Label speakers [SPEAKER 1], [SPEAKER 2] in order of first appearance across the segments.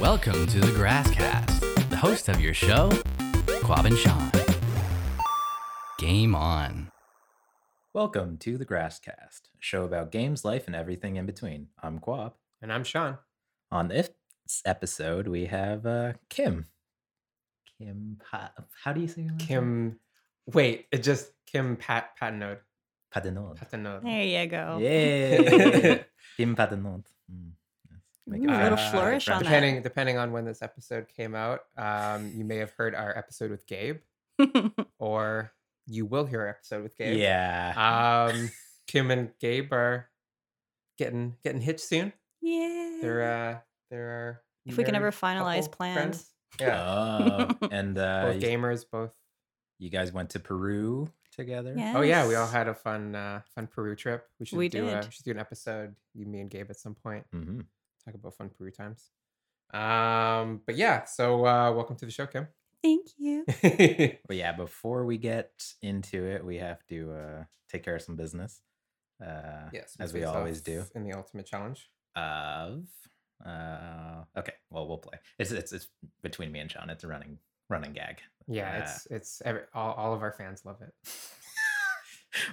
[SPEAKER 1] Welcome to the Grasscast, the host of your show, Quab and Sean. Game on.
[SPEAKER 2] Welcome to the Grasscast, a show about games, life, and everything in between. I'm Quab.
[SPEAKER 3] And I'm Sean.
[SPEAKER 2] On this episode, we have uh, Kim. Kim, pa- how do you say your last name?
[SPEAKER 3] Kim, wait, it just Kim Pat Patnode.
[SPEAKER 2] Padenod.
[SPEAKER 3] Patnode.
[SPEAKER 4] There you go.
[SPEAKER 2] Yeah, Kim Padenod. Mm, yes. Make it
[SPEAKER 4] Ooh, a little
[SPEAKER 2] French.
[SPEAKER 4] flourish on that.
[SPEAKER 3] Uh, Depending depending on when this episode came out, um, you may have heard our episode with Gabe, or you will hear our episode with Gabe.
[SPEAKER 2] Yeah.
[SPEAKER 4] Ah.
[SPEAKER 3] Um, Kim and Gabe are getting getting hitched soon.
[SPEAKER 4] yeah.
[SPEAKER 3] They're uh, they're our
[SPEAKER 4] If we can
[SPEAKER 3] nerd
[SPEAKER 4] ever finalize
[SPEAKER 3] couple
[SPEAKER 4] plans.
[SPEAKER 3] friends. Yeah,
[SPEAKER 2] Oh, and uh,
[SPEAKER 3] both
[SPEAKER 2] you,
[SPEAKER 3] gamers, both.
[SPEAKER 2] you guys went to Peru together.
[SPEAKER 3] Oh yeah, we all
[SPEAKER 4] Yes.
[SPEAKER 3] had a fun uh, fun Peru trip. We should
[SPEAKER 4] We
[SPEAKER 3] do A,
[SPEAKER 4] did.
[SPEAKER 3] we should do an episode you, me, and Gabe at some point.
[SPEAKER 2] hmm
[SPEAKER 3] talk about fun Peru times. Um, but yeah, so uh, welcome to the show, Kim.
[SPEAKER 4] Thank you.
[SPEAKER 2] But yeah, before we get into it, we have to uh, take care of some business. Uh,
[SPEAKER 3] yes,
[SPEAKER 2] as we
[SPEAKER 3] faced
[SPEAKER 2] always
[SPEAKER 3] off
[SPEAKER 2] do.
[SPEAKER 3] in the ultimate challenge.
[SPEAKER 2] of uh okay well we'll play it's it's, it's between me and sean it's a running running gag
[SPEAKER 3] Yeah,
[SPEAKER 2] Uh,
[SPEAKER 3] it's it's every, all all of our fans love it.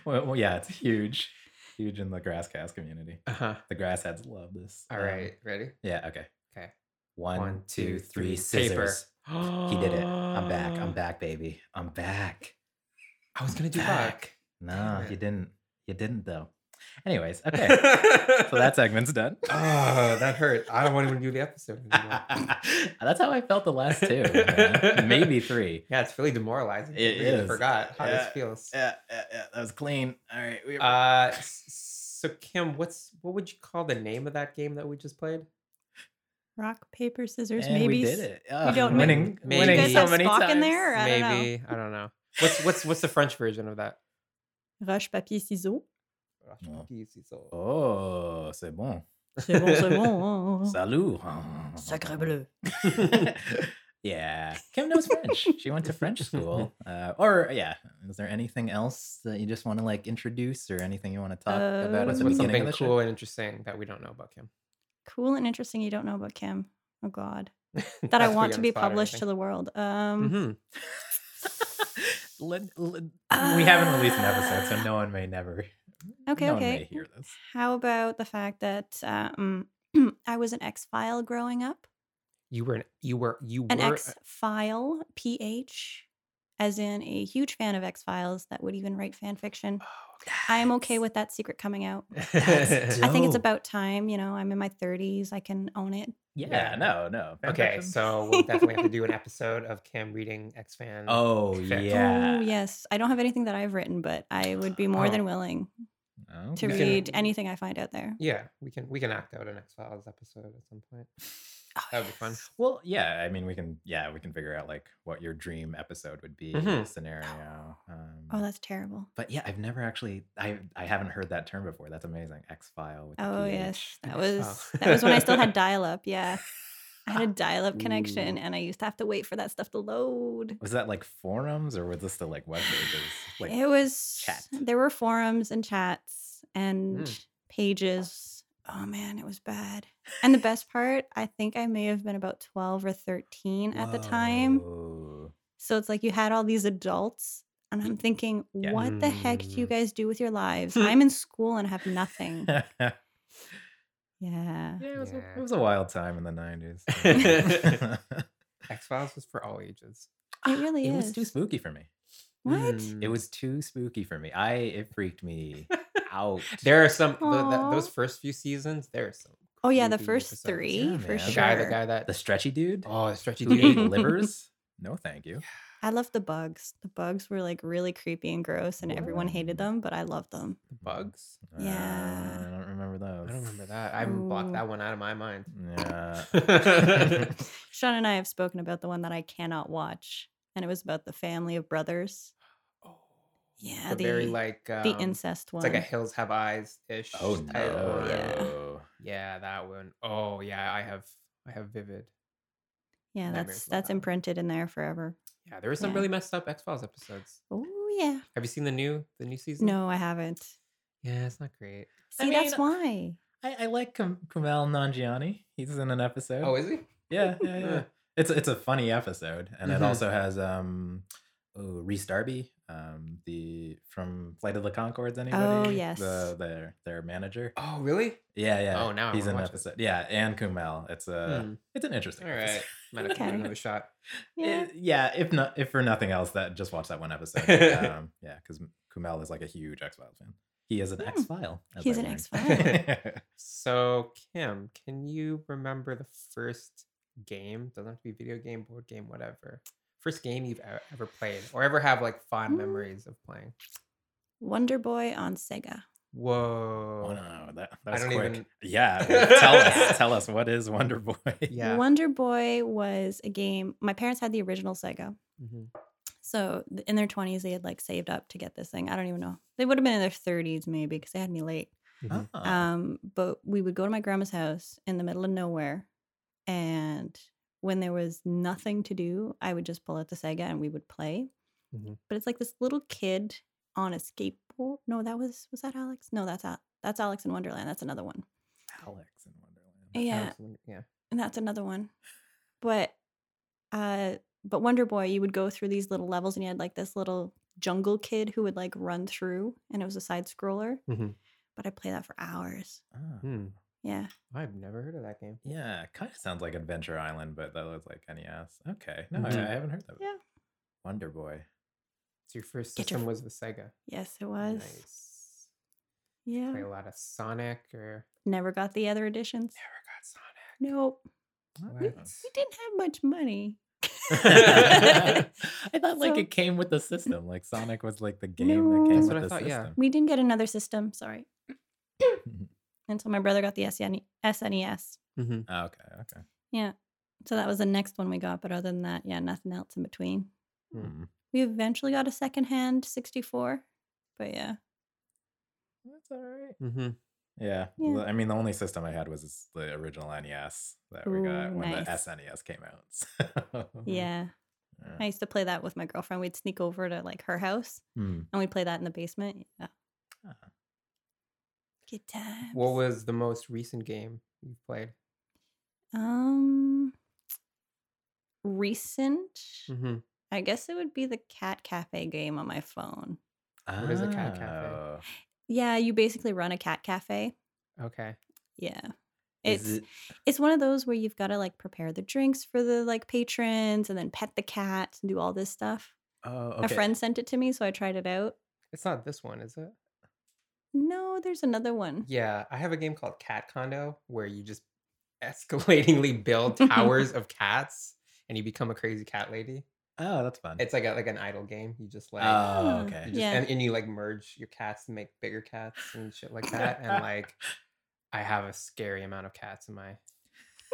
[SPEAKER 2] well, well, yeah it's huge huge in the grass cast community
[SPEAKER 3] Uh huh.
[SPEAKER 2] the grass heads love this
[SPEAKER 3] All
[SPEAKER 2] Um,
[SPEAKER 3] right, ready?
[SPEAKER 2] yeah okay
[SPEAKER 3] Okay.
[SPEAKER 2] One, two, three.
[SPEAKER 3] Paper. Ah.
[SPEAKER 2] scissors he did it i'm back i'm back baby i'm back
[SPEAKER 3] I was gonna do back.
[SPEAKER 2] back no
[SPEAKER 3] Damn
[SPEAKER 2] you
[SPEAKER 3] it.
[SPEAKER 2] didn't you didn't though anyways okay so that segment's done
[SPEAKER 3] Oh, that hurt. I don't want to do the episode. anymore.
[SPEAKER 2] that's how i felt the last two man. maybe three
[SPEAKER 3] yeah, it's really demoralizing.
[SPEAKER 2] It
[SPEAKER 3] I really
[SPEAKER 2] is.
[SPEAKER 3] Forgot how
[SPEAKER 2] Yeah.
[SPEAKER 3] this feels.
[SPEAKER 2] yeah, yeah, yeah. That was clean. All right. We
[SPEAKER 3] Uh, s- so Kim, what's what would you call the name of that game that we just played?
[SPEAKER 4] Rock, paper, scissors,
[SPEAKER 2] and
[SPEAKER 4] maybe.
[SPEAKER 2] we did it. Ugh,
[SPEAKER 4] don't-
[SPEAKER 2] winning,
[SPEAKER 3] Maybe-
[SPEAKER 4] You
[SPEAKER 2] winning
[SPEAKER 4] guys
[SPEAKER 2] so
[SPEAKER 4] have
[SPEAKER 2] many
[SPEAKER 4] Spock
[SPEAKER 2] times.
[SPEAKER 4] in there? I don't know.
[SPEAKER 3] Maybe I don't know. What's what's what's the French version of that?
[SPEAKER 4] Roche, papier, ciseaux.
[SPEAKER 2] Oh.
[SPEAKER 3] Oh.
[SPEAKER 2] Oh, c'est bon.
[SPEAKER 4] C'est bon, c'est bon.
[SPEAKER 2] Oh.
[SPEAKER 4] hein.
[SPEAKER 2] Salut.
[SPEAKER 4] Sacre
[SPEAKER 2] uh-huh.
[SPEAKER 4] bleu.
[SPEAKER 2] yeah, Kim knows French. She went to French school. Uh, or yeah, is there anything else that you just want to like introduce or anything you want to talk about at
[SPEAKER 3] What's,
[SPEAKER 2] the
[SPEAKER 4] Um,
[SPEAKER 2] beginning
[SPEAKER 3] what's something
[SPEAKER 2] of the
[SPEAKER 3] cool
[SPEAKER 2] show?
[SPEAKER 3] and interesting that we don't know about Kim?
[SPEAKER 4] Cool and interesting you don't know about Kim. Oh, God. That I want to be published to the world. Um,
[SPEAKER 3] hmm
[SPEAKER 2] Let- let- Mm-hmm. we haven't released an episode, so
[SPEAKER 4] uh,
[SPEAKER 2] no one may never.
[SPEAKER 4] Okay,
[SPEAKER 2] no one may
[SPEAKER 4] okay.
[SPEAKER 2] hear this.
[SPEAKER 4] How about the fact that um, I was an X file growing up?
[SPEAKER 3] You were an, you were you were
[SPEAKER 4] An
[SPEAKER 2] uh
[SPEAKER 4] X file, PH, as in a huge fan of X Files that would even write fan fiction.
[SPEAKER 3] Oh,
[SPEAKER 4] I am okay with that secret coming out.
[SPEAKER 2] That's
[SPEAKER 4] I think it's
[SPEAKER 2] Dope.
[SPEAKER 4] about time. You know, I'm in my 30s. I can own it.
[SPEAKER 2] Yeah,
[SPEAKER 3] Yeah.
[SPEAKER 2] no, no. fan
[SPEAKER 3] okay.
[SPEAKER 2] fiction.
[SPEAKER 3] So we'll definitely have to do an episode of Kim reading X fan.
[SPEAKER 2] Oh
[SPEAKER 3] Fair.
[SPEAKER 2] yeah.
[SPEAKER 4] Oh, yes. I don't have anything that I've written, but I would be more
[SPEAKER 3] Oh.
[SPEAKER 4] than willing to
[SPEAKER 2] Okay.
[SPEAKER 3] You can-
[SPEAKER 4] read anything I find out there.
[SPEAKER 3] yeah, we can we can act out an X Files episode at some point.
[SPEAKER 4] Oh,
[SPEAKER 3] That would be fun.
[SPEAKER 2] Well, yeah, I mean, we can, yeah, we can figure out like what your dream episode would be
[SPEAKER 3] Mhm.
[SPEAKER 2] scenario. Um,
[SPEAKER 4] Oh, that's terrible.
[SPEAKER 2] but yeah, I've never actually, I, I haven't heard that term before. That's amazing. X file.
[SPEAKER 4] Oh, yes. That
[SPEAKER 3] X-File.
[SPEAKER 4] was that was when I still had dial up. Yeah. I had a dial up connection and I used to have to wait for that stuff to load.
[SPEAKER 2] Was that like forums or was this the like web pages? Like,
[SPEAKER 4] it was
[SPEAKER 2] chat.
[SPEAKER 4] there were forums and chats and
[SPEAKER 3] Mm.
[SPEAKER 4] pages oh man it was bad and the best part i think i may have been about 12 or 13 at the time
[SPEAKER 2] Whoa.
[SPEAKER 4] so it's like you had all these adults and i'm thinking
[SPEAKER 2] Yeah.
[SPEAKER 4] what the heck do you
[SPEAKER 3] Mm.
[SPEAKER 4] guys do with your lives i'm in school and have nothing
[SPEAKER 2] yeah,
[SPEAKER 3] Mm.
[SPEAKER 2] it
[SPEAKER 4] yeah
[SPEAKER 2] was, a-
[SPEAKER 3] Yeah.
[SPEAKER 2] it was a wild time in the 90s.
[SPEAKER 3] X Files was for all ages.
[SPEAKER 4] it really
[SPEAKER 2] Ah, it
[SPEAKER 4] is
[SPEAKER 2] was too spooky for me.
[SPEAKER 4] what
[SPEAKER 2] It
[SPEAKER 3] Mm.
[SPEAKER 2] was too spooky for me. I, it freaked me out.
[SPEAKER 3] There are some tho- that-
[SPEAKER 4] Aw.
[SPEAKER 3] those first few seasons. There are some.
[SPEAKER 4] oh yeah the
[SPEAKER 3] creepy
[SPEAKER 4] first
[SPEAKER 3] episodes.
[SPEAKER 4] three
[SPEAKER 2] Yeah,
[SPEAKER 4] for
[SPEAKER 2] man.
[SPEAKER 4] sure
[SPEAKER 3] The guy, the guy that
[SPEAKER 2] the stretchy dude.
[SPEAKER 3] oh, the stretchy
[SPEAKER 2] who ate
[SPEAKER 3] dude.
[SPEAKER 2] livers? No, thank you.
[SPEAKER 4] i loved the bugs the bugs were like really creepy and gross and everyone hated
[SPEAKER 2] Whoa.
[SPEAKER 4] them but i loved them
[SPEAKER 3] Bugs.
[SPEAKER 2] Uh,
[SPEAKER 4] Yeah.
[SPEAKER 2] I don't remember
[SPEAKER 3] I
[SPEAKER 2] those.
[SPEAKER 3] don't remember that. I haven't blocked
[SPEAKER 4] Ooh.
[SPEAKER 3] that one out of my mind.
[SPEAKER 2] Yeah. Uh,
[SPEAKER 4] Sean and I have spoken about the one that I cannot watch, and it was about the family of brothers. Yeah,
[SPEAKER 3] the
[SPEAKER 4] the
[SPEAKER 3] very like um,
[SPEAKER 4] the incest one.
[SPEAKER 3] It's like a Hills Have Eyes ish.
[SPEAKER 2] Oh
[SPEAKER 4] Oh,
[SPEAKER 2] no.
[SPEAKER 4] yeah.
[SPEAKER 3] Oh. Yeah, that one. Oh yeah, I have I have vivid.
[SPEAKER 4] yeah,
[SPEAKER 3] nightmares
[SPEAKER 4] that's
[SPEAKER 3] about
[SPEAKER 4] that's
[SPEAKER 3] that one.
[SPEAKER 4] imprinted in there forever.
[SPEAKER 3] Yeah, there were some
[SPEAKER 4] Yeah.
[SPEAKER 3] really messed up X Files episodes.
[SPEAKER 4] Oh yeah.
[SPEAKER 3] Have you seen the new the new season?
[SPEAKER 4] No, I haven't.
[SPEAKER 3] Yeah, it's not great.
[SPEAKER 4] See,
[SPEAKER 2] I
[SPEAKER 4] that's
[SPEAKER 2] mean,
[SPEAKER 4] why.
[SPEAKER 2] I, I like Kam- Kumail Nanjiani. He's in an episode.
[SPEAKER 3] Oh, is he?
[SPEAKER 2] Yeah, yeah, yeah.
[SPEAKER 3] Yeah.
[SPEAKER 2] It's it's a funny episode, and it
[SPEAKER 4] Mm-hmm.
[SPEAKER 3] Mhm.
[SPEAKER 2] also has um, oh, Reese Darby, um, the from Flight of the Concords. Anybody?
[SPEAKER 4] Oh, yes.
[SPEAKER 2] the, their their manager.
[SPEAKER 3] Oh, really?
[SPEAKER 2] Yeah, yeah.
[SPEAKER 3] Oh, now I
[SPEAKER 2] he's
[SPEAKER 3] wanna
[SPEAKER 2] in an
[SPEAKER 3] watch it.
[SPEAKER 2] episode. Yeah, and Kumail. It's a
[SPEAKER 3] Hmm.
[SPEAKER 2] it's an interesting.
[SPEAKER 3] All right. Might have to give
[SPEAKER 4] Okay.
[SPEAKER 3] it another shot.
[SPEAKER 4] Yeah.
[SPEAKER 2] Yeah. yeah, if not, if for nothing else, that just watch that one episode. um, yeah, because Kumail is like a huge X Files fan. He is an
[SPEAKER 4] Hmm.
[SPEAKER 2] X File. as
[SPEAKER 4] He's
[SPEAKER 2] I
[SPEAKER 4] an
[SPEAKER 2] learned.
[SPEAKER 4] X-File.
[SPEAKER 3] So, Kim, can you remember the first game? Doesn't have to be video game, board game, whatever. First game you've e- ever played or ever have like fond
[SPEAKER 4] Mm.
[SPEAKER 3] memories of playing.
[SPEAKER 4] Wonder Boy on Sega.
[SPEAKER 3] Whoa.
[SPEAKER 2] oh no, that, that's
[SPEAKER 3] don't
[SPEAKER 2] quick.
[SPEAKER 3] even-
[SPEAKER 2] Yeah, well, tell us, tell us what is Wonder Boy.
[SPEAKER 3] Yeah.
[SPEAKER 4] Wonder Boy was a game. My parents had the original Sega.
[SPEAKER 3] Mhm.
[SPEAKER 4] Oh, So th- in their 20s, they had like saved up to get this thing. I don't even know. They would have been in their 30s maybe because they had me late.
[SPEAKER 3] Mhm.
[SPEAKER 2] Oh.
[SPEAKER 4] Um, but we would go to my grandma's house in the middle of nowhere. And when there was nothing to do, I would just pull out the Sega and we would play.
[SPEAKER 3] Mhm.
[SPEAKER 4] But it's like this little kid on a skateboard. No, that was, was that Alex? No, that's, Al- that's Alex in Wonderland. That's another one.
[SPEAKER 2] Alex in Wonderland.
[SPEAKER 4] Yeah.
[SPEAKER 3] Absolutely, Yeah.
[SPEAKER 4] And that's another one. But uh but Wonder Boy, you would go through these little levels and you had like this little jungle kid who would like run through and it was a side scroller.
[SPEAKER 3] Mhm.
[SPEAKER 4] But I play that for hours.
[SPEAKER 2] Ah.
[SPEAKER 3] Hmm.
[SPEAKER 4] Yeah.
[SPEAKER 3] I've never heard of that game.
[SPEAKER 2] Yeah, kind of sounds like Adventure Island, but that looks like NES. Okay, no, I-
[SPEAKER 3] Mhm.
[SPEAKER 2] I, haven't heard that.
[SPEAKER 4] Mm-hmm. Yeah.
[SPEAKER 2] Wonder Boy.
[SPEAKER 3] So your first
[SPEAKER 4] Get your
[SPEAKER 3] system was the Sega.
[SPEAKER 4] Yes, it was.
[SPEAKER 3] Nice.
[SPEAKER 4] Yeah.
[SPEAKER 3] Play a lot of Sonic or
[SPEAKER 4] Never got the other editions.
[SPEAKER 3] never got Sonic.
[SPEAKER 4] Nope.
[SPEAKER 2] Wow.
[SPEAKER 4] We didn't have much money.
[SPEAKER 2] I thought like
[SPEAKER 4] So-
[SPEAKER 2] it came with the system. Like Sonic was like the game that
[SPEAKER 4] No.
[SPEAKER 2] came with
[SPEAKER 4] That's
[SPEAKER 3] what I
[SPEAKER 2] the
[SPEAKER 3] thought, yeah.
[SPEAKER 2] system.
[SPEAKER 4] We didn't get another system, sorry. Until my brother got the E, SN- SNES.
[SPEAKER 3] Mm-hmm.
[SPEAKER 2] Oh, okay, okay.
[SPEAKER 4] Yeah. So that was the next one we got, but other than that, yeah, nothing else in between.
[SPEAKER 3] Hmm.
[SPEAKER 2] Mm.
[SPEAKER 4] We eventually got a secondhand 64, but yeah.
[SPEAKER 2] That's all right.
[SPEAKER 3] Mm-hmm.
[SPEAKER 2] Yeah.
[SPEAKER 4] Yeah.
[SPEAKER 2] the- I mean, the only system I had was the original NES that we
[SPEAKER 4] Ooh,
[SPEAKER 2] got when
[SPEAKER 4] nice.
[SPEAKER 2] the SNES came out. so-
[SPEAKER 3] Mm-hmm.
[SPEAKER 4] Yeah.
[SPEAKER 2] Yeah.
[SPEAKER 4] I used to play that with my girlfriend. We'd sneak over to like her house
[SPEAKER 2] Mm.
[SPEAKER 4] and we'd play that in the basement. Yeah.
[SPEAKER 2] Ah.
[SPEAKER 4] Good times.
[SPEAKER 3] What was the most recent game you played?
[SPEAKER 4] um recent?
[SPEAKER 3] Mm-hmm.
[SPEAKER 4] I guess it would be the cat cafe game on my phone. Ah.
[SPEAKER 3] What is a cat cafe?
[SPEAKER 2] Oh.
[SPEAKER 4] Yeah, you basically run a cat cafe.
[SPEAKER 3] Okay.
[SPEAKER 4] Yeah. It's
[SPEAKER 2] Is it-
[SPEAKER 4] it's one of those where you've got to like prepare the drinks for the like patrons and then pet the cat and do all this stuff.
[SPEAKER 2] oh,
[SPEAKER 4] A
[SPEAKER 2] okay.
[SPEAKER 4] friend sent it to me, so I tried it out.
[SPEAKER 3] It's not this one, is it?
[SPEAKER 4] No, there's another one.
[SPEAKER 3] Yeah, I have a game called Cat Condo where you just escalatingly build towers of cats and you become a crazy cat lady.
[SPEAKER 2] Oh, that's fun.
[SPEAKER 3] It's like a, like an idle game. You just like
[SPEAKER 2] oh,
[SPEAKER 4] Ah,
[SPEAKER 2] okay.
[SPEAKER 3] you just,
[SPEAKER 4] yeah.
[SPEAKER 3] and, and you like merge your cats and make bigger cats and shit like that. And like I have a scary amount of cats in my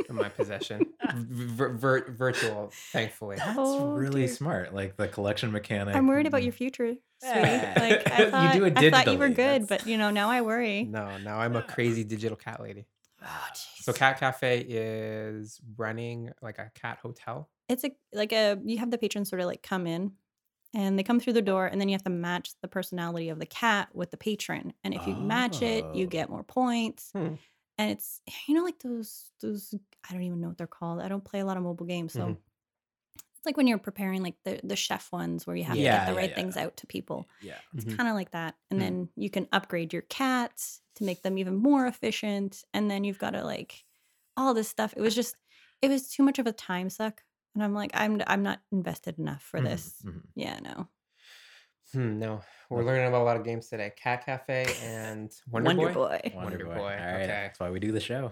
[SPEAKER 3] in my possession. Vir- vir- virtual, thankfully.
[SPEAKER 2] That's
[SPEAKER 4] Oh,
[SPEAKER 2] really
[SPEAKER 4] dear.
[SPEAKER 2] smart. Like the collection mechanic.
[SPEAKER 4] I'm worried about
[SPEAKER 2] Mm.
[SPEAKER 4] your future, sweetie.
[SPEAKER 2] Yeah.
[SPEAKER 4] Like I
[SPEAKER 2] You
[SPEAKER 4] thought,
[SPEAKER 2] do it
[SPEAKER 4] I thought you were
[SPEAKER 2] digitally,
[SPEAKER 4] good,
[SPEAKER 2] that's-
[SPEAKER 4] but you know now I worry.
[SPEAKER 3] No, now I'm a crazy digital cat lady.
[SPEAKER 2] Mm-hmm.
[SPEAKER 4] Oh,
[SPEAKER 3] Ah, So Cat Cafe is running like a cat hotel.
[SPEAKER 4] It's a like a you have the patrons sort of like come in, and they come through the door, and then you have to match the personality of the cat with the patron, and if you match it, you
[SPEAKER 2] Oh.
[SPEAKER 4] get more points.
[SPEAKER 3] Hmm.
[SPEAKER 4] And it's you know like those those I don't even know what they're called. I don't play a lot of mobile games, so.
[SPEAKER 2] Mm-hmm.
[SPEAKER 3] Mhm.
[SPEAKER 4] It's like when you're preparing like the, the chef ones where you have to
[SPEAKER 2] Yeah,
[SPEAKER 4] get the
[SPEAKER 2] yeah,
[SPEAKER 4] right
[SPEAKER 2] yeah.
[SPEAKER 4] things out to people.
[SPEAKER 2] Yeah.
[SPEAKER 4] It's
[SPEAKER 3] Mhm.
[SPEAKER 4] kind of like that. And
[SPEAKER 3] Mm.
[SPEAKER 4] then you can upgrade your cats to make them even more efficient. And then you've got to like all this stuff. It was just, it was too much of a time suck. And I'm like, I'm I'm not invested enough for
[SPEAKER 3] Mhm,
[SPEAKER 4] this.
[SPEAKER 2] Mhm.
[SPEAKER 4] Yeah, no.
[SPEAKER 3] Hmm, no, we're
[SPEAKER 2] Nope.
[SPEAKER 3] learning about a lot of games today. Cat Cafe and Wonder, Boy.
[SPEAKER 2] Wonder,
[SPEAKER 3] Wonder
[SPEAKER 2] Boy.
[SPEAKER 3] Boy,
[SPEAKER 2] All right.
[SPEAKER 3] okay.
[SPEAKER 2] That's why we do the show.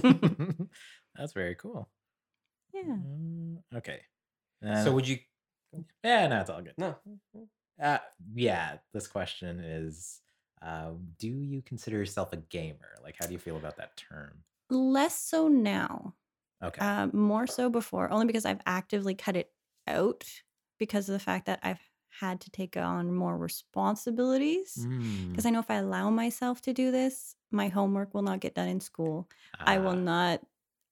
[SPEAKER 2] that's very cool.
[SPEAKER 4] Yeah.
[SPEAKER 2] Mm, Okay. Uh,
[SPEAKER 3] so would you?
[SPEAKER 2] yeah, no, it's all good.
[SPEAKER 3] No.
[SPEAKER 2] Uh, yeah, this question is uh, Do you consider yourself a gamer? Like, how do you feel about that term?
[SPEAKER 4] Less so now.
[SPEAKER 2] Okay.
[SPEAKER 4] Uh, more so before, only because I've actively cut it out because of the fact that I've had to take on more responsibilities.
[SPEAKER 2] Mm,
[SPEAKER 4] Because I know if I allow myself to do this, my homework will not get done in school. I will
[SPEAKER 3] Uh,
[SPEAKER 2] ah,
[SPEAKER 4] not.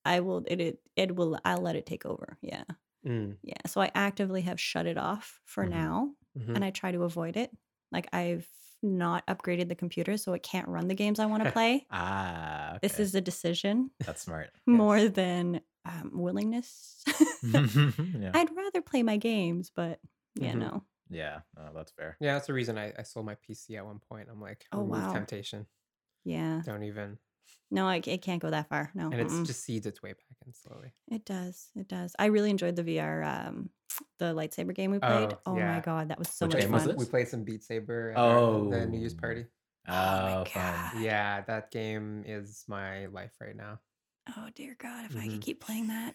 [SPEAKER 4] I will. It, it. It will. I'll let it take over. Yeah.
[SPEAKER 3] Mm,
[SPEAKER 4] Yeah. So I actively have shut it off for
[SPEAKER 2] Mhm.
[SPEAKER 4] now,
[SPEAKER 3] mhm.
[SPEAKER 4] and I try to avoid it. Like I've not upgraded the computer, so it can't run the games I want to play.
[SPEAKER 2] Ah,
[SPEAKER 4] This
[SPEAKER 2] okay.
[SPEAKER 4] is a decision
[SPEAKER 2] that's smart.
[SPEAKER 4] more
[SPEAKER 3] Yes.
[SPEAKER 4] than um, willingness.
[SPEAKER 2] yeah.
[SPEAKER 4] I'd rather play my games, but you
[SPEAKER 3] Mhm.
[SPEAKER 4] know,
[SPEAKER 2] yeah. No, that's fair.
[SPEAKER 3] Yeah, that's the reason I, I sold my PC at one point. I'm like,
[SPEAKER 4] Oh,
[SPEAKER 3] remove
[SPEAKER 4] wow.
[SPEAKER 3] temptation.
[SPEAKER 4] yeah,
[SPEAKER 3] Don't even.
[SPEAKER 4] no, I, it can't go that far. No,
[SPEAKER 3] And
[SPEAKER 4] mm-mm.
[SPEAKER 3] it just seeds its way back in slowly.
[SPEAKER 4] it does, it does. I really enjoyed the VR, um, the lightsaber game we played.
[SPEAKER 3] Oh,
[SPEAKER 4] Oh, my
[SPEAKER 3] yeah.
[SPEAKER 4] god, that was so
[SPEAKER 2] Which
[SPEAKER 4] much
[SPEAKER 2] game
[SPEAKER 4] fun.
[SPEAKER 2] was
[SPEAKER 3] we
[SPEAKER 2] this?
[SPEAKER 3] played some Beat Saber at our- the New Year's
[SPEAKER 2] Oh.
[SPEAKER 3] party.
[SPEAKER 4] Oh my
[SPEAKER 2] Oh, fun.
[SPEAKER 4] God.
[SPEAKER 3] Yeah, that game is my life right now.
[SPEAKER 4] Oh dear God, if I
[SPEAKER 3] Mhm.
[SPEAKER 4] could keep playing that.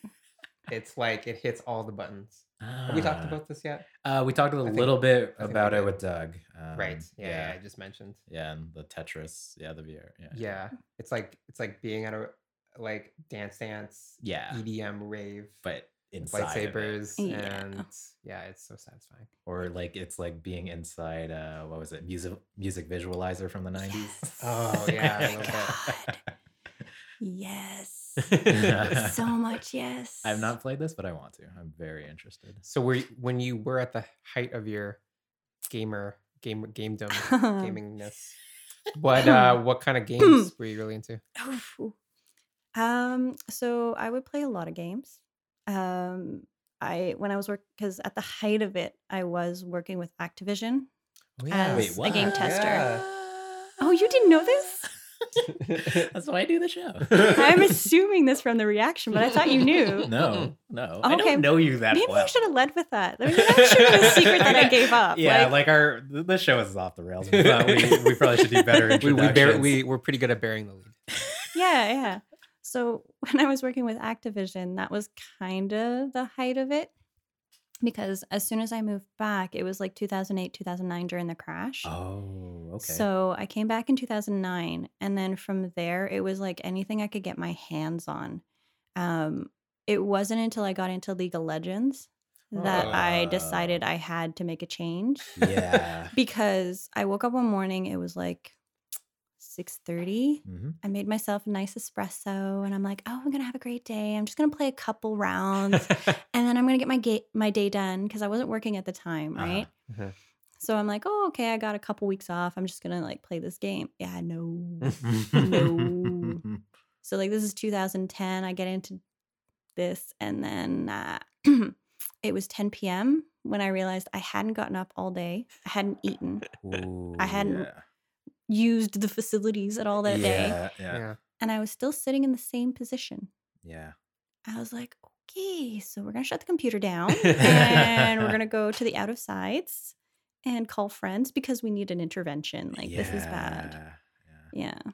[SPEAKER 3] It's like it hits all the buttons. Have we talked
[SPEAKER 2] Ah.
[SPEAKER 3] about this yet?
[SPEAKER 2] Uh, we talked a
[SPEAKER 3] think-
[SPEAKER 2] little bit
[SPEAKER 3] I think we
[SPEAKER 2] about it
[SPEAKER 3] did.
[SPEAKER 2] with Doug. Um,
[SPEAKER 3] right. Yeah, yeah,
[SPEAKER 2] Yeah.
[SPEAKER 3] I just mentioned.
[SPEAKER 2] Yeah, and the Tetris. Yeah, the VR. Yeah.
[SPEAKER 3] Yeah, it's like it's like being at a like dance dance
[SPEAKER 2] Yeah,
[SPEAKER 3] EDM E rave,
[SPEAKER 2] But inside. of it.
[SPEAKER 3] lightsabers,
[SPEAKER 4] Yeah.
[SPEAKER 3] and yeah, it's so satisfying.
[SPEAKER 2] Or like it's like being inside uh what was it? Music music visualizer from the 90s.
[SPEAKER 4] Yes.
[SPEAKER 3] Oh, yeah, I
[SPEAKER 4] love Yes.
[SPEAKER 2] Yes.
[SPEAKER 4] so much yes.
[SPEAKER 2] I've not played this, but I want to. I'm very interested.
[SPEAKER 3] So were you, when you were at the height of your gamer game gamedom
[SPEAKER 4] Um,
[SPEAKER 3] gamingness, what uh what kind of games were you really into?
[SPEAKER 4] Oof, ooh. oh, um so i would play a lot of games um i when i was working because at the height of it i was working with activision yeah. As
[SPEAKER 2] Oh, Wait, what?
[SPEAKER 4] a game tester.
[SPEAKER 3] Yeah.
[SPEAKER 4] oh you didn't know this
[SPEAKER 2] That's why I do the show.
[SPEAKER 4] i'm assuming this from the reaction but i thought you knew
[SPEAKER 2] no, no. I
[SPEAKER 4] Okay.
[SPEAKER 2] don't know you that
[SPEAKER 4] maybe
[SPEAKER 2] well.
[SPEAKER 4] i should have led with that I mean, maybe that should have been a secret that i gave up
[SPEAKER 2] Yeah, like,
[SPEAKER 4] like,
[SPEAKER 2] our th- this show is off the rails. We, thought we, we probably should do better
[SPEAKER 3] We we,
[SPEAKER 2] introductions.
[SPEAKER 3] bear, we we're pretty good at bearing the lead.
[SPEAKER 4] yeah yeah so when i was working with activision that was kind of the height of it because as soon as i moved back it was like 2008 2009 during the crash
[SPEAKER 2] Oh, okay.
[SPEAKER 4] So I came back in 2009, and then from there, it was like anything I could get my hands on. Um, it wasn't until I got into League of Legends that I decided
[SPEAKER 2] Oh.
[SPEAKER 4] I had to make a change
[SPEAKER 2] yeah.
[SPEAKER 4] because I woke up one morning. It was like 6:30.
[SPEAKER 2] hmm
[SPEAKER 4] I made myself a nice espresso, and I'm like, "Oh, I'm gonna have a great day. I'm just gonna play a couple rounds, and then I'm gonna get my ga- my day done because I wasn't working at the time,
[SPEAKER 2] Uh-huh.
[SPEAKER 4] right?"
[SPEAKER 3] Uh-huh.
[SPEAKER 4] So I'm like, oh, okay, I got a couple weeks off. I'm just gonna like play this game. Yeah, no. No.
[SPEAKER 2] Mm-hmm.
[SPEAKER 4] so like this is 2010. I get into this, and then uh, it was 10 p.m. when I realized I hadn't gotten up all day. I hadn't eaten, I hadn't
[SPEAKER 2] yeah.
[SPEAKER 4] used the facilities at all that day,
[SPEAKER 2] yeah, Yeah,
[SPEAKER 3] yeah.
[SPEAKER 4] and I was still sitting in the same position.
[SPEAKER 2] yeah.
[SPEAKER 4] I was like, okay, so we're gonna shut the computer down, and we're gonna go to the out of sides and call friends because we need an intervention. Like this is bad.
[SPEAKER 2] Yeah.
[SPEAKER 4] Yeah.